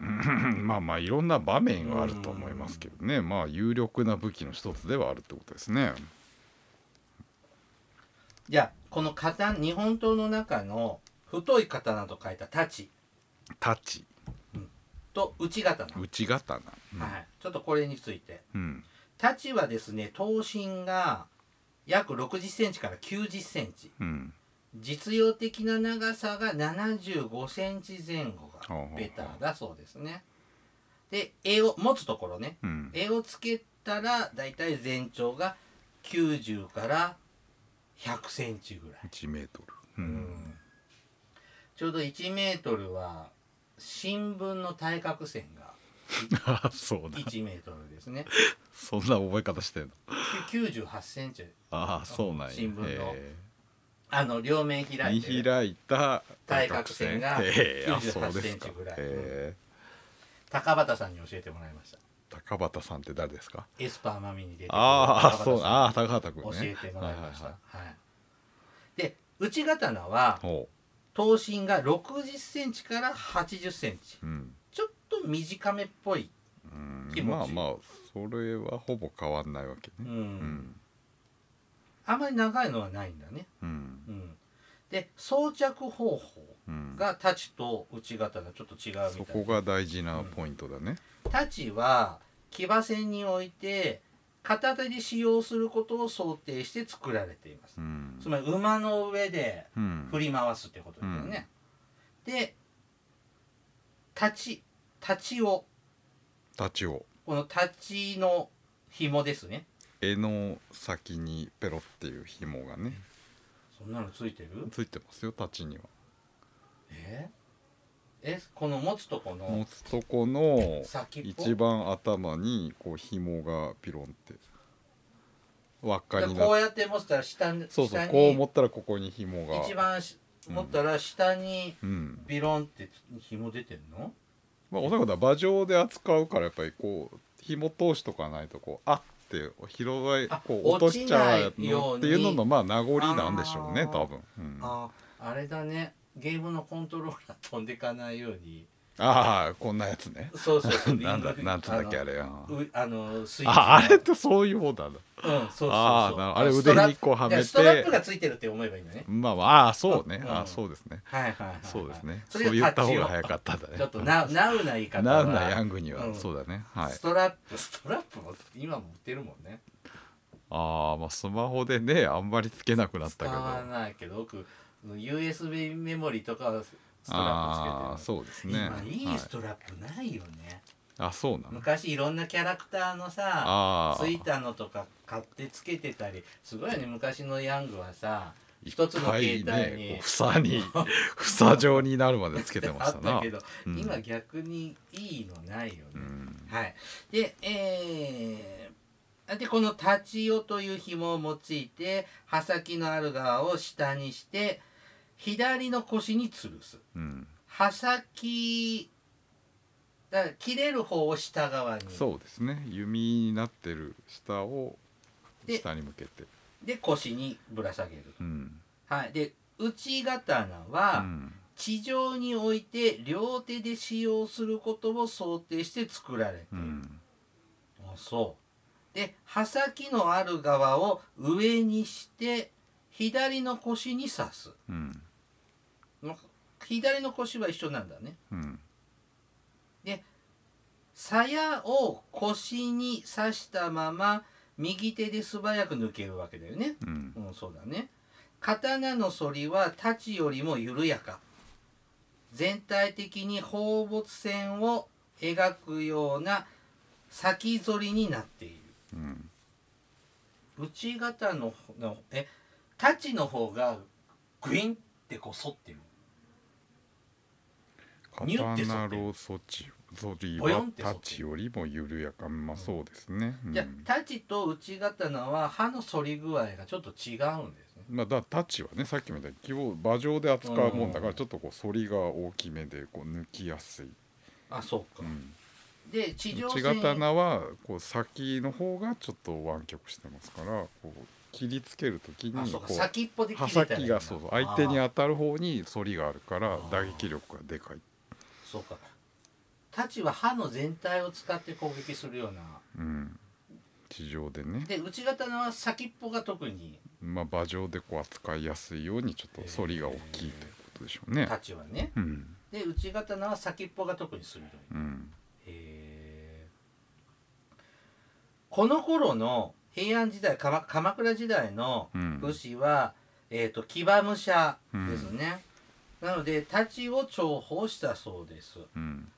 Speaker 2: ううんまあまあいろんな場面があると思いますけどねまあ有力な武器の一つではあるってことですね
Speaker 1: じゃあこの刀日本刀の中の太い刀と書いた太刀
Speaker 2: 太刀
Speaker 1: と内刀、
Speaker 2: 内刀うん
Speaker 1: はい、ちょっとこれについて
Speaker 2: うん
Speaker 1: 太刀はですね刀身が約6 0ンチから9 0ンチ
Speaker 2: うん
Speaker 1: 実用的な長さが7 5ンチ前後
Speaker 2: ほうほうほ
Speaker 1: が
Speaker 2: う
Speaker 1: ベターだそうですねで柄を持つところね
Speaker 2: うん
Speaker 1: 柄をつけたらだいたい全長が90から1 0 0ンチぐらい、
Speaker 2: 1メートルうん
Speaker 1: ちょうど1メートルは新聞の対角線が
Speaker 2: あ (laughs) そうだ
Speaker 1: 1メートルです
Speaker 2: (laughs)
Speaker 1: ね
Speaker 2: そんな覚え方してんの (laughs)
Speaker 1: 9 8センチ
Speaker 2: ああそうなんや
Speaker 1: 新聞の
Speaker 2: へ
Speaker 1: あの両面
Speaker 2: え
Speaker 1: 開い
Speaker 2: 見
Speaker 1: てる
Speaker 2: 開いた
Speaker 1: 対角線が
Speaker 2: へえあそう
Speaker 1: 98
Speaker 2: で
Speaker 1: セ
Speaker 2: す
Speaker 1: ン
Speaker 2: か
Speaker 1: チぐらい
Speaker 2: へえ
Speaker 1: 高畑さんに教えてもらいました
Speaker 2: 高畑さんって誰ですか
Speaker 1: エスパーマミに出てくる
Speaker 2: あ
Speaker 1: 高
Speaker 2: あ
Speaker 1: 畑さん
Speaker 2: そうああ高畑君
Speaker 1: 教
Speaker 2: ね
Speaker 1: えてもらいました。
Speaker 2: は
Speaker 1: はい
Speaker 2: はい
Speaker 1: で内刀は
Speaker 2: はいほ
Speaker 1: 刀身が60センチから80センチ
Speaker 2: ううん
Speaker 1: ちょっと短めっぽい、
Speaker 2: うん
Speaker 1: 気持ち
Speaker 2: まあまあそれはほぼ変わんないわけ
Speaker 1: うん
Speaker 2: ねうん
Speaker 1: あまり長いのはないんだね、
Speaker 2: うん
Speaker 1: うん、で装着方法
Speaker 2: うん
Speaker 1: が太刀と内刀ちょっと違う
Speaker 2: そ
Speaker 1: みたい
Speaker 2: こが大事なポイントだね
Speaker 1: 太刀は騎馬戦において片手で使用することを想定して作られています、
Speaker 2: うん
Speaker 1: つまり馬の上で
Speaker 2: うん
Speaker 1: 振り回すってことだよね、で立ち立ちを
Speaker 2: 太刀を
Speaker 1: この立ちの紐ですね
Speaker 2: 柄の先にペロっていう紐がね
Speaker 1: そんなのついてる
Speaker 2: ついてますよ太刀には
Speaker 1: ええこの持つとこ
Speaker 2: 持
Speaker 1: の
Speaker 2: つとこの
Speaker 1: 先っぽ
Speaker 2: 一番頭にこう紐がピロンって輪っかに
Speaker 1: で
Speaker 2: な
Speaker 1: こ
Speaker 2: っ
Speaker 1: う
Speaker 2: て
Speaker 1: やって持ったら下に
Speaker 2: そうそう
Speaker 1: 下
Speaker 2: こう
Speaker 1: に
Speaker 2: 持ったらここに紐が
Speaker 1: 一番し
Speaker 2: うん
Speaker 1: 持ったら下に
Speaker 2: うん
Speaker 1: ビロンって紐出てんの
Speaker 2: まあ、お魚は馬上で扱うからやっぱりこう紐通しとかないとこうあって拾い
Speaker 1: あ
Speaker 2: こう落としちゃう
Speaker 1: 落ちないよ
Speaker 2: の
Speaker 1: うに
Speaker 2: っていうののまあ名残なんでしょうね
Speaker 1: あー
Speaker 2: 多分、うん、あ
Speaker 1: ああれだねゲームのコントローラー飛んでかないように
Speaker 2: あーこんなやつね
Speaker 1: そうそうそう
Speaker 2: (laughs) なんだなんつうんだっけあ
Speaker 1: れ
Speaker 2: れあ
Speaker 1: あのスイッチの
Speaker 2: ああれってそういう方なんだ
Speaker 1: うん、そうそうそう
Speaker 2: あーなるほどあれ
Speaker 1: ストラップ
Speaker 2: 腕にこうはめて
Speaker 1: ストラップがついてるって思えばいいんだね。
Speaker 2: まあまああーそうね
Speaker 1: うん
Speaker 2: あーそうですね
Speaker 1: はいはいはいはい。
Speaker 2: そうですね
Speaker 1: そ
Speaker 2: そう
Speaker 1: れが
Speaker 2: 言った方
Speaker 1: 立ち
Speaker 2: が
Speaker 1: を
Speaker 2: 早かったんだね
Speaker 1: ちょっとな、ナウな言い方
Speaker 2: な
Speaker 1: は。
Speaker 2: んだヤングに
Speaker 1: う
Speaker 2: は
Speaker 1: ん
Speaker 2: そうだねはい
Speaker 1: ストラップ、 (laughs) ストラップも今も売ってるもんね。
Speaker 2: ああまあスマホでねあんまりつけなくなった
Speaker 1: 使
Speaker 2: けど
Speaker 1: わないけど、僕、USB メモリとかはストラッ
Speaker 2: ああ
Speaker 1: プつけてる。
Speaker 2: そうですね
Speaker 1: 今い
Speaker 2: はい
Speaker 1: ストラップないよね。
Speaker 2: あそうなの
Speaker 1: 昔いろんなキャラクターのさ、
Speaker 2: ああ
Speaker 1: ついたのとか買ってつけてたり、すごいよね、昔のヤングはさ、一
Speaker 2: 一
Speaker 1: つの携
Speaker 2: 回
Speaker 1: 帯
Speaker 2: ね
Speaker 1: に
Speaker 2: こう。
Speaker 1: (laughs)
Speaker 2: 房に房状になるまでつけてました
Speaker 1: あっ
Speaker 2: な
Speaker 1: たけど、
Speaker 2: うん
Speaker 1: 今逆にいいのないよね。
Speaker 2: うん
Speaker 1: はい。で、えーでこの立ち代という紐を用いて刃先のある側を下にして左の腰に吊るす
Speaker 2: うん
Speaker 1: 刃先だから切れる方を下側に
Speaker 2: そうですね弓になってる下を
Speaker 1: で
Speaker 2: 下に向けて
Speaker 1: で腰にぶら下げる、
Speaker 2: うん
Speaker 1: はい、で内刀
Speaker 2: う
Speaker 1: は
Speaker 2: ん
Speaker 1: 地上に置いて両手で使用することを想定して作られて
Speaker 2: う
Speaker 1: いる、
Speaker 2: ん
Speaker 1: あそうで刃先のある側を上にして左の腰に刺す
Speaker 2: うん
Speaker 1: の左の腰は一緒なんだね
Speaker 2: うん
Speaker 1: 鞘を腰に刺したまま右手で素早く抜けるわけだよね
Speaker 2: うん
Speaker 1: うんそうだね刀の反りは太刀よりも緩やか全体的に放物線を描くような先反りになっている
Speaker 2: うん
Speaker 1: 内型ののえ太刀の方がグインってこう反ってるニュって反
Speaker 2: 刀
Speaker 1: って
Speaker 2: ロソチゾリ
Speaker 1: ボヨ
Speaker 2: は
Speaker 1: ンって
Speaker 2: 太
Speaker 1: 反っ
Speaker 2: 刀
Speaker 1: て
Speaker 2: よりも緩やかまあそうですね、うん
Speaker 1: じゃあ太刀と内刀は刃の反り具合がちょっと違うんですね
Speaker 2: まあ、だ太刀はねさっきみたいに基本馬上で扱うもんだか
Speaker 1: う
Speaker 2: ら
Speaker 1: ん
Speaker 2: ちょっとこう反りが大きめでこう抜きやすい、
Speaker 1: あそう
Speaker 2: う
Speaker 1: か、
Speaker 2: ん、
Speaker 1: で地上
Speaker 2: 内
Speaker 1: 戦
Speaker 2: 刀はこう先の方がちょっと湾曲してますからこう切りつける時
Speaker 1: あ
Speaker 2: に
Speaker 1: そう
Speaker 2: こ
Speaker 1: か
Speaker 2: う
Speaker 1: 先っぽで
Speaker 2: 刃
Speaker 1: 切れたらいいん
Speaker 2: 先
Speaker 1: だ
Speaker 2: がそうそう相手に
Speaker 1: あー
Speaker 2: 当たる方に反りがあるから
Speaker 1: ー
Speaker 2: 打撃力がでかい、
Speaker 1: そうか太刀は刃の全体を使って攻撃するような
Speaker 2: うん、地上でね、
Speaker 1: で内刀は先っぽが特に
Speaker 2: まあ、馬上でこう扱いやすいようにちょっと反りが大きいということでしょうね
Speaker 1: 太。刀はね
Speaker 2: うん
Speaker 1: で内刀は先っぽが特に鋭い
Speaker 2: うん
Speaker 1: へーこの頃の平安時代鎌鎌倉時代の
Speaker 2: うん
Speaker 1: 武士は、えー、と騎馬武者ですね、なので太刀を重宝したそうです
Speaker 2: うん、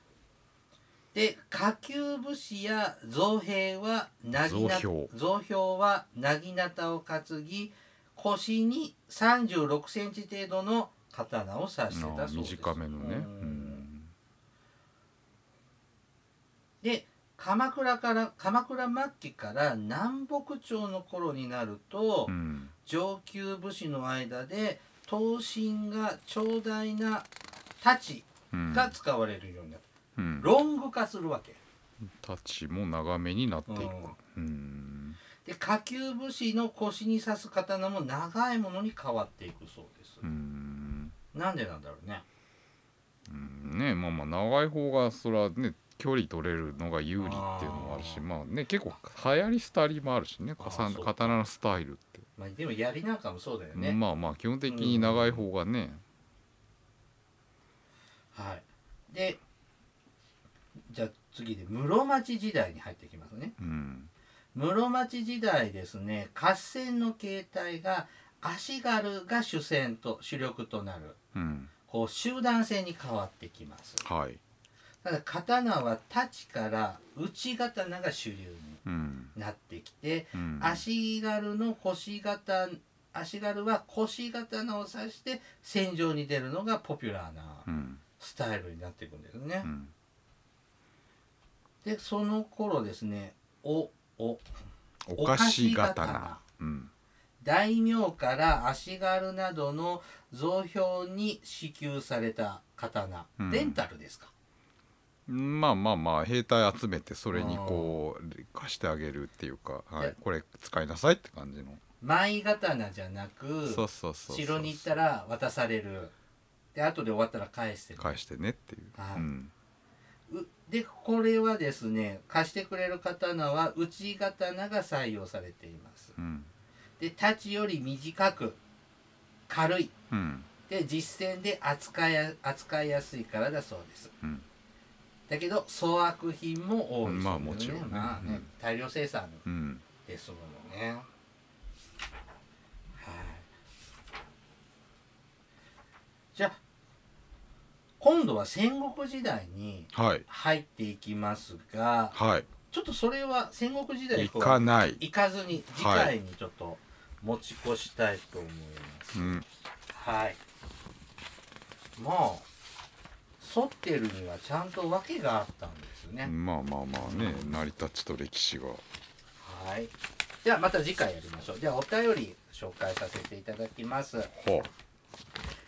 Speaker 1: で下級武士や造兵はなぎな
Speaker 2: 雑兵
Speaker 1: 造兵はなぎなたを担ぎ腰に3 6センチ程度の刀を刺して
Speaker 2: あ
Speaker 1: たそうです
Speaker 2: 短めのね。
Speaker 1: う
Speaker 2: うんん
Speaker 1: で鎌倉から鎌倉末期から南北朝の頃になると、
Speaker 2: うん
Speaker 1: 上級武士の間で刀身が長大な太
Speaker 2: うん
Speaker 1: 刀が使われるようになった、
Speaker 2: うん
Speaker 1: ロング化するわけ
Speaker 2: 太刀も長めになっていく
Speaker 1: うん。
Speaker 2: うん
Speaker 1: で下級武士の腰に刺す刀も長いものに変わっていくそうです、
Speaker 2: うん
Speaker 1: なんでなんだろうね
Speaker 2: うんねまあまあ長い方がそれはね距離取れるのが有利っていうのもあるし
Speaker 1: あー
Speaker 2: まあね結構流行り廃りもあるしね
Speaker 1: あー
Speaker 2: 重ね
Speaker 1: そうか
Speaker 2: 刀のスタイルって、
Speaker 1: まあでも槍なんかもそうだよね、
Speaker 2: まあまあ基本的に長い方がね、
Speaker 1: はいでじゃあ次で室町時代に入っていきますね
Speaker 2: うん
Speaker 1: 室町時代ですね合戦の形態が足軽が主戦と主力となる
Speaker 2: うん、
Speaker 1: こう集団戦に変わってきます
Speaker 2: はい、
Speaker 1: ただ刀は太刀から内刀が主流に
Speaker 2: うん
Speaker 1: なってきて
Speaker 2: うん、
Speaker 1: 足軽の腰型足軽は腰刀を指して戦場に出るのがポピュラーな
Speaker 2: うん
Speaker 1: スタイルになっていくんですね
Speaker 2: う、ん、
Speaker 1: でその頃ですねおお
Speaker 2: お菓子
Speaker 1: お菓子
Speaker 2: 刀
Speaker 1: 刀、
Speaker 2: うん
Speaker 1: 大名から足軽などの贈票に支給された刀、
Speaker 2: うん
Speaker 1: レンタルですか
Speaker 2: まあまあまあ兵隊集めてそれにこう貸してあげるっていうか、は
Speaker 1: で
Speaker 2: い、これ使いなさいって感じの、
Speaker 1: 舞刀じゃなく
Speaker 2: そうそうそうそう
Speaker 1: 城に行ったら渡されるで後で終わったら返してくれ
Speaker 2: 返してねっていう、
Speaker 1: はい
Speaker 2: うん
Speaker 1: うでこれはですね貸してくれる刀は内刀が採用されています
Speaker 2: うん
Speaker 1: で太刀より短く軽い
Speaker 2: うん
Speaker 1: で実戦で扱いや扱いやすいからだそうです
Speaker 2: うん
Speaker 1: だけど粗悪品も多いそうですね、
Speaker 2: まあもちろんね
Speaker 1: まあね
Speaker 2: うん
Speaker 1: 大量生産
Speaker 2: うん
Speaker 1: ですものねはいじゃあ今度は戦国時代に
Speaker 2: はい
Speaker 1: 入っていきますが
Speaker 2: はい
Speaker 1: ちょっとそれは戦国時代以
Speaker 2: 行
Speaker 1: 降
Speaker 2: か
Speaker 1: は
Speaker 2: ない、
Speaker 1: 行かずに次回にちょっと持ち越したいと思います
Speaker 2: うん、
Speaker 1: はい。まあ、反ってるにはちゃんと訳があったんですね。
Speaker 2: まあまあまあね成り立ちと歴史が
Speaker 1: はい。ではまた次回やりましょう。ではお便り紹介させていただきます。
Speaker 2: ほ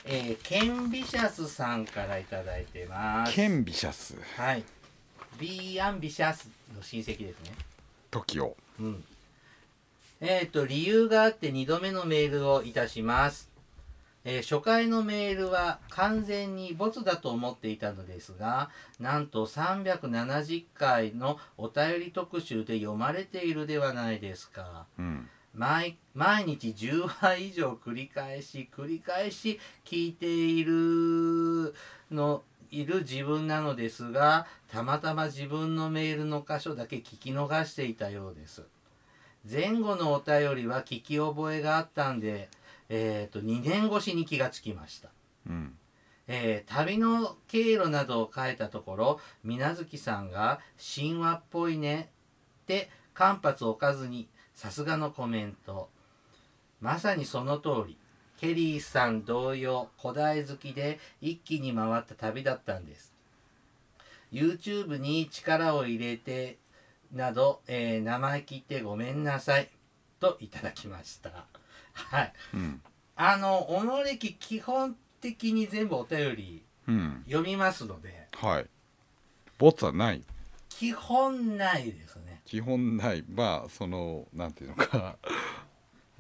Speaker 1: えー、ケンビシャスさんからいただいてま
Speaker 2: う
Speaker 1: す。
Speaker 2: ケンビシャス
Speaker 1: はい。ビーアンビシャスの親戚ですね。
Speaker 2: 時を
Speaker 1: うん。えっ、と、理由があって2度目のメールをいたします。えー初回のメールは完全にボツだと思っていたのですが、なんと370回のお便り特集で読まれているではないですか。
Speaker 2: うん
Speaker 1: 毎毎日10話以上繰り返し繰り返し聞いているのいる自分なのですがたまたま自分のメールの箇所だけ聞き逃していたようです前後のお便りは聞き覚えがあったんで、えー、と2年越しに気がつきました
Speaker 2: うん
Speaker 1: えー旅の経路などを書いたところ水無月さんが「神話っぽいね」って間髪を置かずにさすがのコメントまさにその通りケリーさん同様古代好きで一気に回った旅だったんです YouTube に力を入れてなど、えー生意気ってごめんなさいといただきましたはい
Speaker 2: うん
Speaker 1: あのおもれき基本的に全部お便り
Speaker 2: うん
Speaker 1: 読みますので
Speaker 2: はいボツはない
Speaker 1: 基本ないですね
Speaker 2: 基本ないまあそのなんていうのか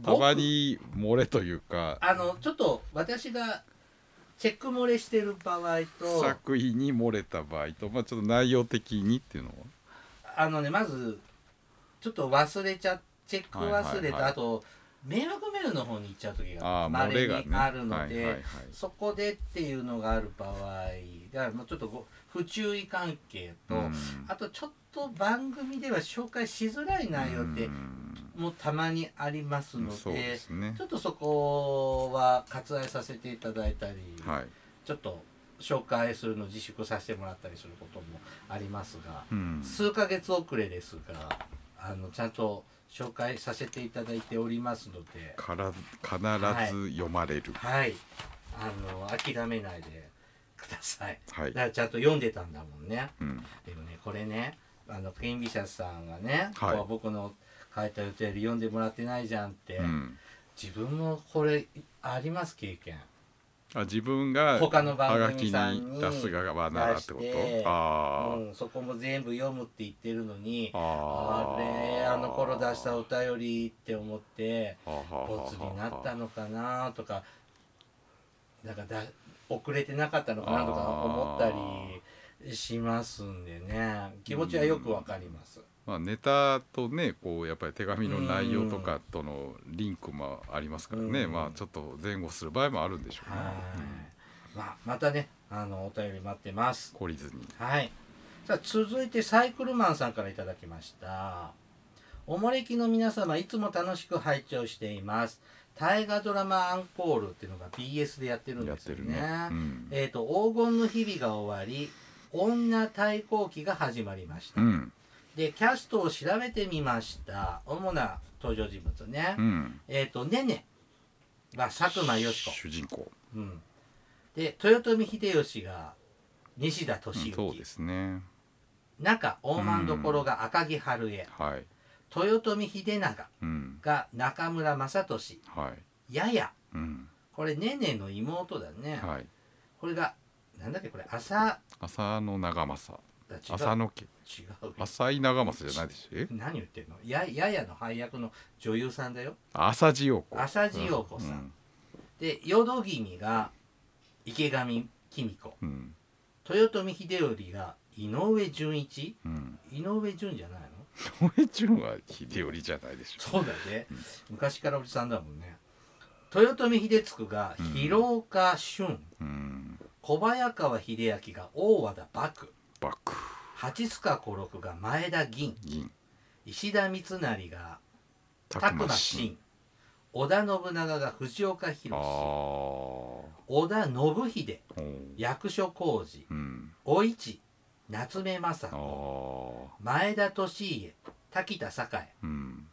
Speaker 2: たまに漏れというか
Speaker 1: あのちょっと私がチェック漏れしてる場合と
Speaker 2: 作為に漏れた場合と、まあ、ちょっと内容的にっていうのは
Speaker 1: あのねまずちょっと忘れちゃチェック忘れ
Speaker 2: はいはいはい
Speaker 1: たあと、迷惑メールの方に行っちゃう時
Speaker 2: あ
Speaker 1: が
Speaker 2: あ漏れがね
Speaker 1: にあるので、
Speaker 2: はいはいはい、
Speaker 1: そこでっていうのがある場合だからもうちょっとご不注意関係と、
Speaker 2: うん
Speaker 1: あとちょっと番組では紹介しづらい内容って
Speaker 2: うん
Speaker 1: もうたまにありますの
Speaker 2: そう
Speaker 1: で
Speaker 2: で。すね
Speaker 1: ちょっとそこは割愛させていただいたり、
Speaker 2: はい、
Speaker 1: ちょっと紹介するの自粛させてもらったりすることもありますが、
Speaker 2: うん、
Speaker 1: 数ヶ月遅れですがあのちゃんと紹介させていただいておりますので
Speaker 2: から必ず読まれる
Speaker 1: はいあの諦めないでください
Speaker 2: は
Speaker 1: だ
Speaker 2: い、
Speaker 1: からちゃんと読んでたんだもんね
Speaker 2: うん、
Speaker 1: でもねこれねあのクイーンビシャスさんがね、
Speaker 2: はい
Speaker 1: こう僕の書いた予定より読んでもらってないじゃんって、
Speaker 2: うん、
Speaker 1: 自分もこれあります経験
Speaker 2: あ自分が
Speaker 1: 他の番組
Speaker 2: はがき
Speaker 1: さんに
Speaker 2: 出す側ならってこと
Speaker 1: 出して
Speaker 2: あー、
Speaker 1: うん、そこも全部読むって言ってるのにあ
Speaker 2: あー
Speaker 1: れあの頃出したお便りって思って
Speaker 2: はあはあはあ
Speaker 1: ボツになったのかなとかなんかだ遅れてなかったのかなとか思ったりしますんでね気持ちはよくわかります。
Speaker 2: まあ、ネタとねこうやっぱり手紙の内容とかとのリンクもありますからね、
Speaker 1: うん
Speaker 2: まあちょっと前後する場合もあるんでしょうね、
Speaker 1: はいまあ、またねあのお便り待ってます。
Speaker 2: 懲りずに
Speaker 1: はい。さあ、続いてサイクルマンさんからいただきました。おもれきの皆様、いつも楽しく拝聴しています。大河ドラマアンコールっていうのが BS でやってるん
Speaker 2: や
Speaker 1: で
Speaker 2: っ
Speaker 1: す
Speaker 2: て
Speaker 1: よ
Speaker 2: る
Speaker 1: ね。
Speaker 2: ねうん、
Speaker 1: えっ、と、黄金の日々が終わり、女対抗期が始まりました。
Speaker 2: うん
Speaker 1: で、キャストを調べてみました。主な登場人物ね。
Speaker 2: うん、
Speaker 1: えっ、と、ねねが佐久間よし子。
Speaker 2: 主人公、
Speaker 1: うん。で、豊臣秀吉が西田
Speaker 2: うん
Speaker 1: 敏行。
Speaker 2: そうですね
Speaker 1: 中大満所が赤城春江、
Speaker 2: はい
Speaker 1: 豊臣秀長
Speaker 2: うん
Speaker 1: が中村雅俊
Speaker 2: はい
Speaker 1: やや
Speaker 2: うん
Speaker 1: これねねの妹だね、
Speaker 2: はい
Speaker 1: これがなんだっけこれ朝
Speaker 2: 浅野長政
Speaker 1: 違う
Speaker 2: 浅野家
Speaker 1: 違う
Speaker 2: 浅井長政じゃないでしょえ
Speaker 1: 何言ってんのやややの配役の女優さんだよ
Speaker 2: 浅地陽子
Speaker 1: 浅地陽子さん、で淀君が池上公子
Speaker 2: うんうん
Speaker 1: 豊臣秀頼が井上純一
Speaker 2: うん
Speaker 1: 井上純じゃないの
Speaker 2: うん井上潤は秀頼じゃないでしょ
Speaker 1: そうだね昔からおじさんだもんね豊臣秀次が広岡俊、
Speaker 2: うん
Speaker 1: 小早川秀明が大和田幕
Speaker 2: 幕府
Speaker 1: 八須賀五六が前田銀
Speaker 2: 銀
Speaker 1: 石田三成が
Speaker 2: た
Speaker 1: 宅
Speaker 2: く
Speaker 1: 間
Speaker 2: ましい
Speaker 1: 信織田信長が藤岡
Speaker 2: ああ
Speaker 1: 弘織田信秀
Speaker 2: うん
Speaker 1: 役所広司
Speaker 2: うん
Speaker 1: お市夏目雅
Speaker 2: あ
Speaker 1: 子
Speaker 2: あ
Speaker 1: 前田利家滝田栄
Speaker 2: うん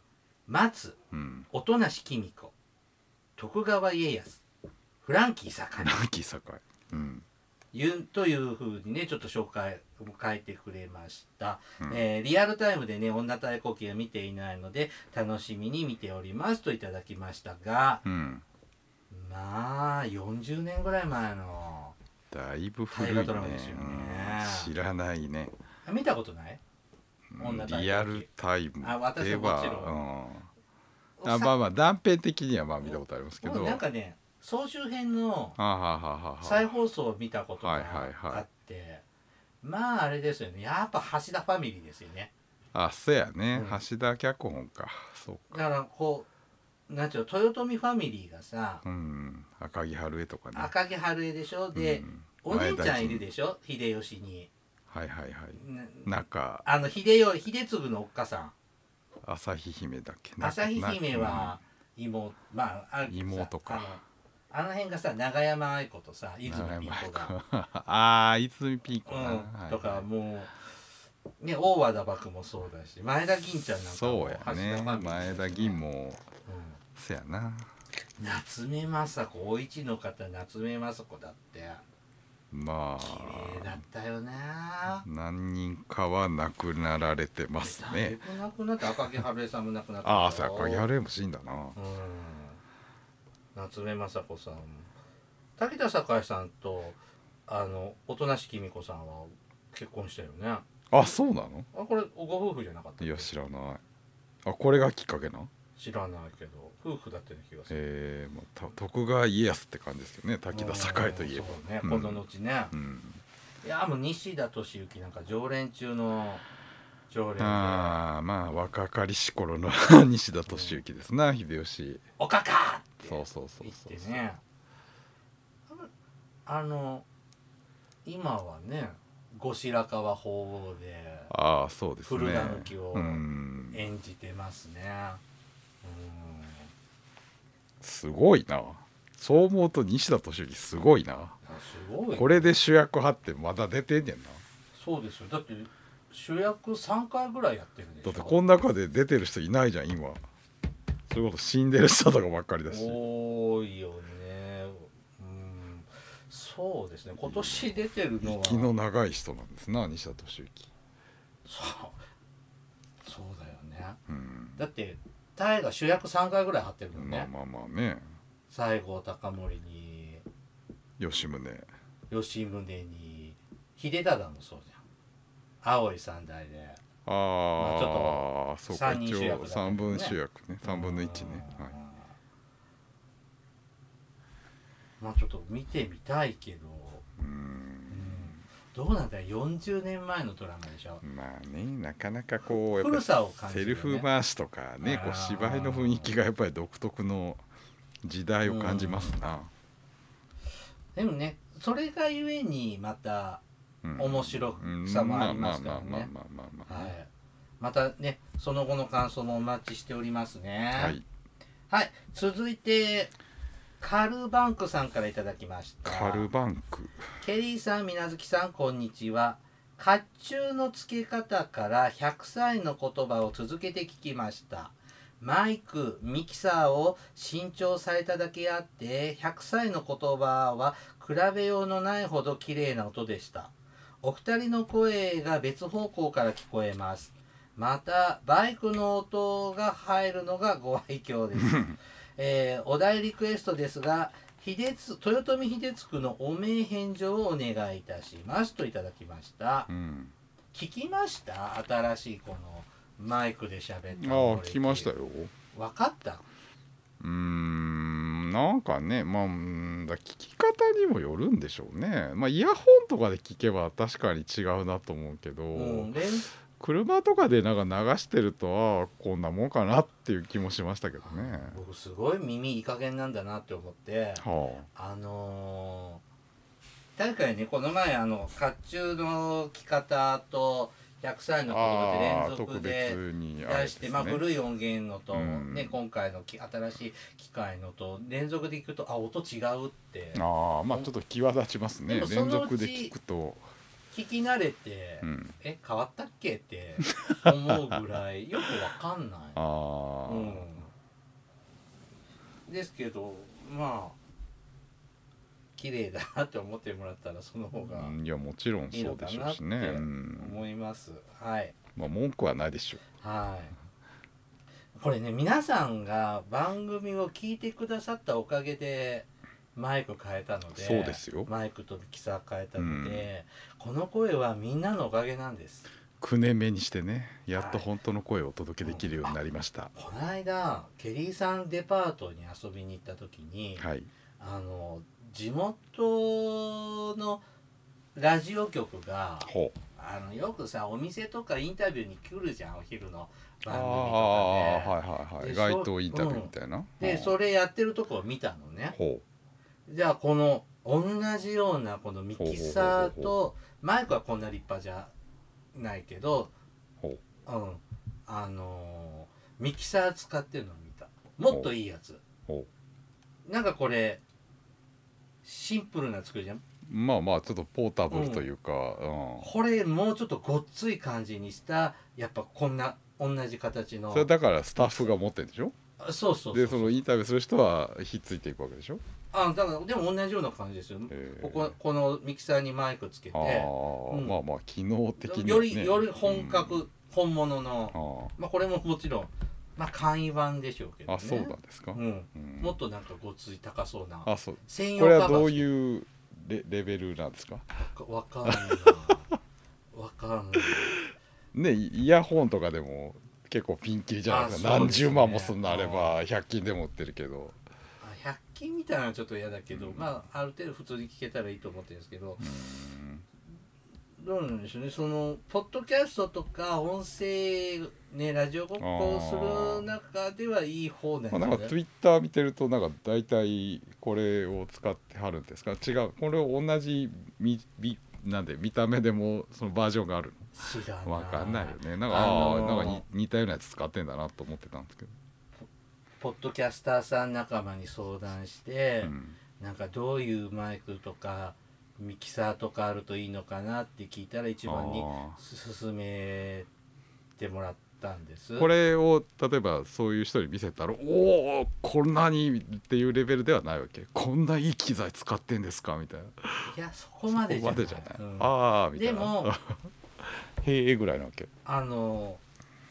Speaker 1: 松
Speaker 2: うん
Speaker 1: 音無公子徳川家康フランキー坂
Speaker 2: ラッキー栄うん
Speaker 1: ゆんというふうにねちょっと紹介を書いてくれました、
Speaker 2: うん
Speaker 1: えーリアルタイムでね女対抗期は見ていないので楽しみに見ておりますといただきましたが
Speaker 2: うん
Speaker 1: まあ40年ぐらい前の
Speaker 2: だいぶ古い
Speaker 1: 大
Speaker 2: ね
Speaker 1: 河ドラマですよね
Speaker 2: うん知らないね
Speaker 1: あ見たことない
Speaker 2: うん
Speaker 1: 女対抗
Speaker 2: リアルタイム
Speaker 1: あ私
Speaker 2: で
Speaker 1: ももちろ
Speaker 2: はうんあまあまあ断片的にはまあ見たことありますけ
Speaker 1: さ
Speaker 2: ど
Speaker 1: なんかね総集編の
Speaker 2: あはははは
Speaker 1: 再放送を見たことがあっ
Speaker 2: はい
Speaker 1: て、
Speaker 2: はいはい
Speaker 1: まああれですよねやっぱ橋田ファミリーですよね
Speaker 2: あそやね、
Speaker 1: うん
Speaker 2: 橋田脚本かそう
Speaker 1: だからこうなんていうの豊臣ファミリーがさ、
Speaker 2: うん赤城春江とかね
Speaker 1: 赤城春江でしょで、
Speaker 2: うん
Speaker 1: お姉ちゃんい
Speaker 2: 前
Speaker 1: る
Speaker 2: 田
Speaker 1: でしょ秀吉に
Speaker 2: はいはいはい
Speaker 1: な
Speaker 2: 中
Speaker 1: あの秀吉秀次のおっかさ
Speaker 2: 朝日姫だっけ
Speaker 1: ん
Speaker 2: な
Speaker 1: 朝日姫
Speaker 2: な
Speaker 1: は妹まああ
Speaker 2: 妹か
Speaker 1: さあのあの辺がさ長山愛子とさ
Speaker 2: うん
Speaker 1: 泉ピン
Speaker 2: 長
Speaker 1: 子が、
Speaker 2: 山愛子 (laughs) ああ泉ピン子
Speaker 1: う
Speaker 2: な、は
Speaker 1: ん、
Speaker 2: い
Speaker 1: とかもうね大和田幕もそうだし前田銀ちゃんなんかも
Speaker 2: そうやね
Speaker 1: 橋田ファミリー
Speaker 2: 前田銀も
Speaker 1: う
Speaker 2: せやなん
Speaker 1: 夏目雅子お市の方夏目雅子だって
Speaker 2: ま
Speaker 1: 綺麗だ
Speaker 2: あ
Speaker 1: ったよね
Speaker 2: 何人かは亡くなられてます
Speaker 1: だい
Speaker 2: ね
Speaker 1: ぶ亡くなって赤城春江さんも亡くなった
Speaker 2: ああそうや赤城春江も死んだな
Speaker 1: うん夏目雅子さん滝田栄さんとあの音無きみ子さんは結婚したよねあ
Speaker 2: あそうなの
Speaker 1: これご夫婦じゃなかったっけ
Speaker 2: いや知らないあこれがきっかけな
Speaker 1: 知らないけど夫婦だったような気がする、
Speaker 2: えーまあた徳川家康って感じですけどね滝田栄といえば
Speaker 1: うんそうね
Speaker 2: うん
Speaker 1: この後ね、
Speaker 2: うん
Speaker 1: いやもう西田敏行なんか常連中の常連で
Speaker 2: ああまあ若かりし頃の (laughs) 西田敏行ですな秀吉
Speaker 1: 「おかか!」って
Speaker 2: そうそうそう
Speaker 1: 言っ
Speaker 2: そ
Speaker 1: て
Speaker 2: う
Speaker 1: ねあの今はね後白河法皇で
Speaker 2: ああそうですね
Speaker 1: 古狸を
Speaker 2: うん
Speaker 1: 演じてますねうん
Speaker 2: すごいなそう思うと西田敏行すごいな
Speaker 1: あすごいね
Speaker 2: これで主役張ってまだ出てんねんな
Speaker 1: そうですよだって主役3回ぐらいやってるんでし
Speaker 2: だ
Speaker 1: ょ
Speaker 2: ってこの中で出てる人いないじゃん今そういうこと死んでる人とかばっかりだし
Speaker 1: 多いよねうんそうですね今年出てるのは
Speaker 2: 息の長い人なんですな西田敏行
Speaker 1: そうそうだよね
Speaker 2: うん
Speaker 1: だって大河主役3回ぐらい張ってるのね、
Speaker 2: まあまあまあね
Speaker 1: 西郷隆盛に
Speaker 2: 吉宗
Speaker 1: 吉宗に秀忠もそうじゃん青い三代で
Speaker 2: あー、
Speaker 1: まあちょ
Speaker 2: そうか
Speaker 1: 三人
Speaker 2: 一
Speaker 1: 主役だった
Speaker 2: 応
Speaker 1: ね
Speaker 2: 三分主役ね三分の一ね
Speaker 1: うん
Speaker 2: はい
Speaker 1: まあちょっと見てみたいけど、
Speaker 2: う
Speaker 1: うんん、どうなんだろう40年前のドラマでしょ
Speaker 2: まあねなかなかこうやっ
Speaker 1: 古さを
Speaker 2: ぱ
Speaker 1: 感
Speaker 2: り
Speaker 1: じ
Speaker 2: セ
Speaker 1: るよね
Speaker 2: ルフ回しとかねこ
Speaker 1: あ
Speaker 2: う
Speaker 1: ー
Speaker 2: 芝居の雰囲気がやっぱり独特の時代を感じますな、
Speaker 1: でもねそれがゆえにまた、
Speaker 2: うん
Speaker 1: 面白さもありますからね
Speaker 2: まあまあまあまあまあまあまあ
Speaker 1: はい、またねその後の感想もお待ちしておりますね
Speaker 2: はい、
Speaker 1: はい続いてカルバンクさんからいただきました
Speaker 2: カルバンク
Speaker 1: ケリーさん、みなずきさん、こんにちは。甲冑の付け方から100歳の言葉を続けて聞きました。マイク、ミキサーを新調されただけあって、100歳の言葉は比べようのないほど綺麗な音でした。お二人の声が別方向から聞こえます。また、バイクの音が入るのが (laughs) ご愛嬌です。えーお題リクエストですが、秀津豊臣秀次のお名返上をお願いいたしますといただきました
Speaker 2: うん
Speaker 1: 聞きました新しいこのマイクで喋っ
Speaker 2: ああ
Speaker 1: たの
Speaker 2: 聞きましたよ
Speaker 1: 分かった
Speaker 2: うーんなんかねまあうんだ聞き方にもよるんでしょうねまあイヤホンとかで聞けば確かに違うなと思うけど、
Speaker 1: うんレン
Speaker 2: 車とかでなんか流してるとああこんなもんかなっていう気もしましたけどね。
Speaker 1: 僕すごい耳いい加減なんだなって思って
Speaker 2: は
Speaker 1: あのー、確かにねこの前あの甲冑の着方と100歳
Speaker 2: あ、
Speaker 1: の言葉
Speaker 2: あ
Speaker 1: で
Speaker 2: あ
Speaker 1: 連続
Speaker 2: 特
Speaker 1: で
Speaker 2: 別にあれ
Speaker 1: 出
Speaker 2: で
Speaker 1: し
Speaker 2: す
Speaker 1: て、
Speaker 2: ね
Speaker 1: まあ、古い音源のと、
Speaker 2: うん
Speaker 1: ね、今回のき新しい機械のと連続で聞くとあ音違うって
Speaker 2: ああまあちょっと際立ちますね
Speaker 1: でもそのう
Speaker 2: 連
Speaker 1: ち
Speaker 2: 続で聞くと、
Speaker 1: 聞き慣れて、
Speaker 2: うん、
Speaker 1: え変わったっけ
Speaker 2: (laughs)
Speaker 1: って思うぐらいよくわかんない、
Speaker 2: ああ、
Speaker 1: うん、ですけどまあ綺麗だなって思ってもらったらその方が
Speaker 2: うんいやもちろん
Speaker 1: いい
Speaker 2: そ
Speaker 1: の
Speaker 2: う
Speaker 1: か
Speaker 2: でしょ
Speaker 1: な
Speaker 2: う
Speaker 1: って
Speaker 2: しね、うん
Speaker 1: 思います、はい
Speaker 2: まあ、文句はないでしょう
Speaker 1: はい。これね、皆さんが番組を聞いてくださったおかげで、マイク変えたので、
Speaker 2: そうですよ
Speaker 1: マイクとミキサー変えたので、この声はみんなのおかげなんです。
Speaker 2: 9年目にしてねやっと
Speaker 1: はい
Speaker 2: 本当の声をお届けできるようになりました、
Speaker 1: この間、ケリーさんデパートに遊びに行った時に、
Speaker 2: はい
Speaker 1: あの、地元のラジオ局が、
Speaker 2: ほう
Speaker 1: あのよくさ、お店とかインタビューに来るじゃん、お昼の
Speaker 2: あ
Speaker 1: 番組とか
Speaker 2: あ
Speaker 1: で。
Speaker 2: はいはいはい
Speaker 1: で
Speaker 2: 街頭インタビューみたいな、
Speaker 1: で、
Speaker 2: ほう
Speaker 1: それやってるとこを見たのね。
Speaker 2: ほ
Speaker 1: じゃあこの同じようなこのミキサー
Speaker 2: ほうほうほ
Speaker 1: とマイクはこんな立派じゃないけど、
Speaker 2: うほう
Speaker 1: うん、あのーミキサー使ってるのを見たもっといいやつ
Speaker 2: ほ
Speaker 1: なんかこれシンプルな作りじゃん
Speaker 2: うまあまあちょっとポータブルというか、うん
Speaker 1: これもうちょっとごっつい感じにしたやっぱこんな同じ形の
Speaker 2: それだからスタッフが持ってるんでしょ
Speaker 1: あそうそうそう
Speaker 2: でそのインタビューする人はひっついていくわけでしょ、
Speaker 1: あだからでも同じような感じですよ、
Speaker 2: えー
Speaker 1: こここのミキサーにマイクつけて
Speaker 2: ああ、
Speaker 1: うん
Speaker 2: まあまあ機能的に、ね、
Speaker 1: よりより本格、
Speaker 2: うん
Speaker 1: 本物の
Speaker 2: あ
Speaker 1: まあこれももちろん、まあ、簡易版でしょうけ
Speaker 2: あ
Speaker 1: ど、ね、
Speaker 2: あそうなんですか、
Speaker 1: うん、
Speaker 2: うん
Speaker 1: もっとなんかごつい高そうな
Speaker 2: あそう
Speaker 1: 専
Speaker 2: これ
Speaker 1: 用
Speaker 2: は
Speaker 1: カバー
Speaker 2: どういうレレベルなんですか
Speaker 1: わかわかんないわかんない
Speaker 2: ねイイヤホンとかでも結構ピンキリじゃないですか
Speaker 1: あそう
Speaker 2: 何
Speaker 1: ですね
Speaker 2: 十万もすんのあれば100均でも売ってるけど、
Speaker 1: あ100均みたいなのはちょっと嫌だけど、まあある程度普通に聞けたらいいと思ってるんですけど、どうなんでしょうねそのポッドキャストとか音声ねラジオごっこをする中ではいい方なん
Speaker 2: まあ、なんかツ
Speaker 1: ね
Speaker 2: イッター見てるとなんか大体これを使ってはるんですか違うこれを同じみみなんで見た目でもそのバージョンがある
Speaker 1: 知らない
Speaker 2: のわかんないよねなんか、あ
Speaker 1: あのー
Speaker 2: ー、なんかに似たようなやつ使ってんだなと思ってたんですけど、
Speaker 1: ポッドキャスターさん仲間に相談して、
Speaker 2: うん
Speaker 1: なんかどういうマイクとかミキサーとかあるといいのかなって聞いたら一番に
Speaker 2: あ
Speaker 1: 勧めてもらったんです
Speaker 2: ーこれを例えばそういう人に見せたら「おおこんなに!」っていうレベルではないわけこんないい機材使ってんですかみたいない
Speaker 1: やそこまでじゃない
Speaker 2: そこま
Speaker 1: う
Speaker 2: で
Speaker 1: ん
Speaker 2: ああみたいな
Speaker 1: でも
Speaker 2: (laughs) へえぐらいなわけ
Speaker 1: あの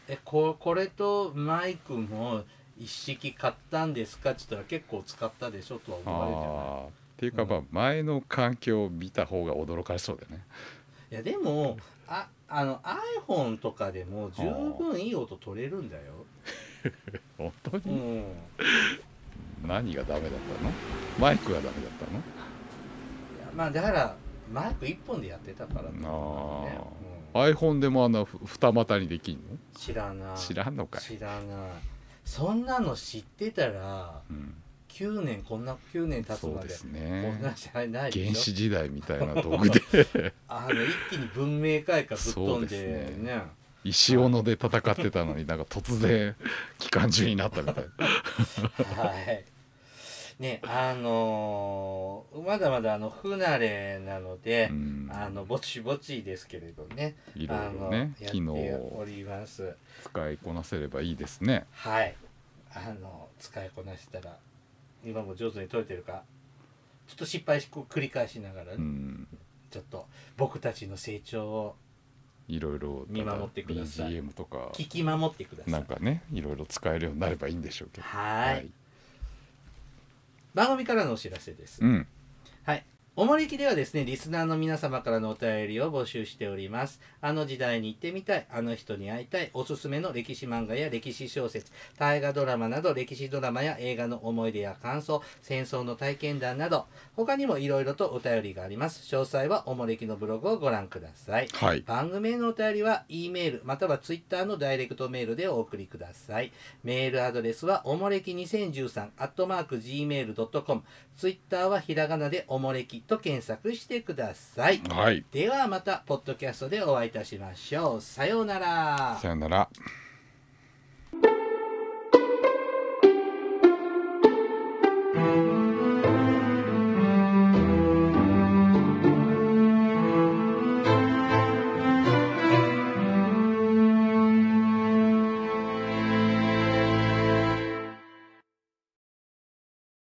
Speaker 1: えここれとマイクも一式買ったんですかって言ったら結構使ったでしょとは思われるじゃない
Speaker 2: あーっていうかまあ前の環境を見た方が驚かれそうだよね
Speaker 1: いやでもああの iPhone とかでも十分いい音取れるんだよ、
Speaker 2: 本当
Speaker 1: う
Speaker 2: に
Speaker 1: ん、
Speaker 2: 何がダメだったのマイクがダメだったの
Speaker 1: いやまあだからマイク一本でやってたからってことだよね、うん
Speaker 2: iPhone でもあんなふ二股にできんの
Speaker 1: 知らない
Speaker 2: 知らんのかい、
Speaker 1: 知らないそんなの知ってたら
Speaker 2: うん、
Speaker 1: 9年こんな9年経つ
Speaker 2: そう
Speaker 1: ま
Speaker 2: で
Speaker 1: ですこ
Speaker 2: ね
Speaker 1: んなんじゃないで
Speaker 2: 原
Speaker 1: し
Speaker 2: 始
Speaker 1: ょ
Speaker 2: 時代みたいな道具で
Speaker 1: (laughs) あの一気に文明開化ぶっ飛ん
Speaker 2: そうで
Speaker 1: ですね
Speaker 2: 石斧で戦ってたのになんか突然機関銃になったみたいな
Speaker 1: はいねあのーまだまだあの不慣れなので、
Speaker 2: うん
Speaker 1: あのぼちぼちですけれどね
Speaker 2: いろいろね
Speaker 1: あの
Speaker 2: 機能
Speaker 1: やってお
Speaker 2: を
Speaker 1: ります
Speaker 2: 使いこなせればいいですね
Speaker 1: はいあの使いこなしたら今も上手に取れてるかちょっと失敗し繰り返しながらね、
Speaker 2: うん
Speaker 1: ちょっと僕たちの成長を
Speaker 2: いろいろ
Speaker 1: 見守ってください
Speaker 2: BGM とか
Speaker 1: 聞き守ってくださ
Speaker 2: なん
Speaker 1: い。
Speaker 2: かねいろいろ使えるようになればいいんでしょうけど
Speaker 1: はい番組からのお知らせです。
Speaker 2: うん
Speaker 1: はい。おもれきではですね、リスナーの皆様からのお便りを募集しております。あの時代に行ってみたい、あの人に会いたい、おすすめの歴史漫画や歴史小説、大河ドラマなど歴史ドラマや映画の思い出や感想、戦争の体験談など、他にもいろいろとお便りがあります。詳細はおもれきのブログをご覧ください。
Speaker 2: はい
Speaker 1: 番組へのお便りは E メールまたは Twitter のダイレクトメールでお送りくださいメールアドレスはおもれき2013アットマーク Gmail.com ツイッターはひらがなでおもれきと検索してください
Speaker 2: はい
Speaker 1: ではまたポッドキャストでお会いいたしましょうさようなら
Speaker 2: さよなら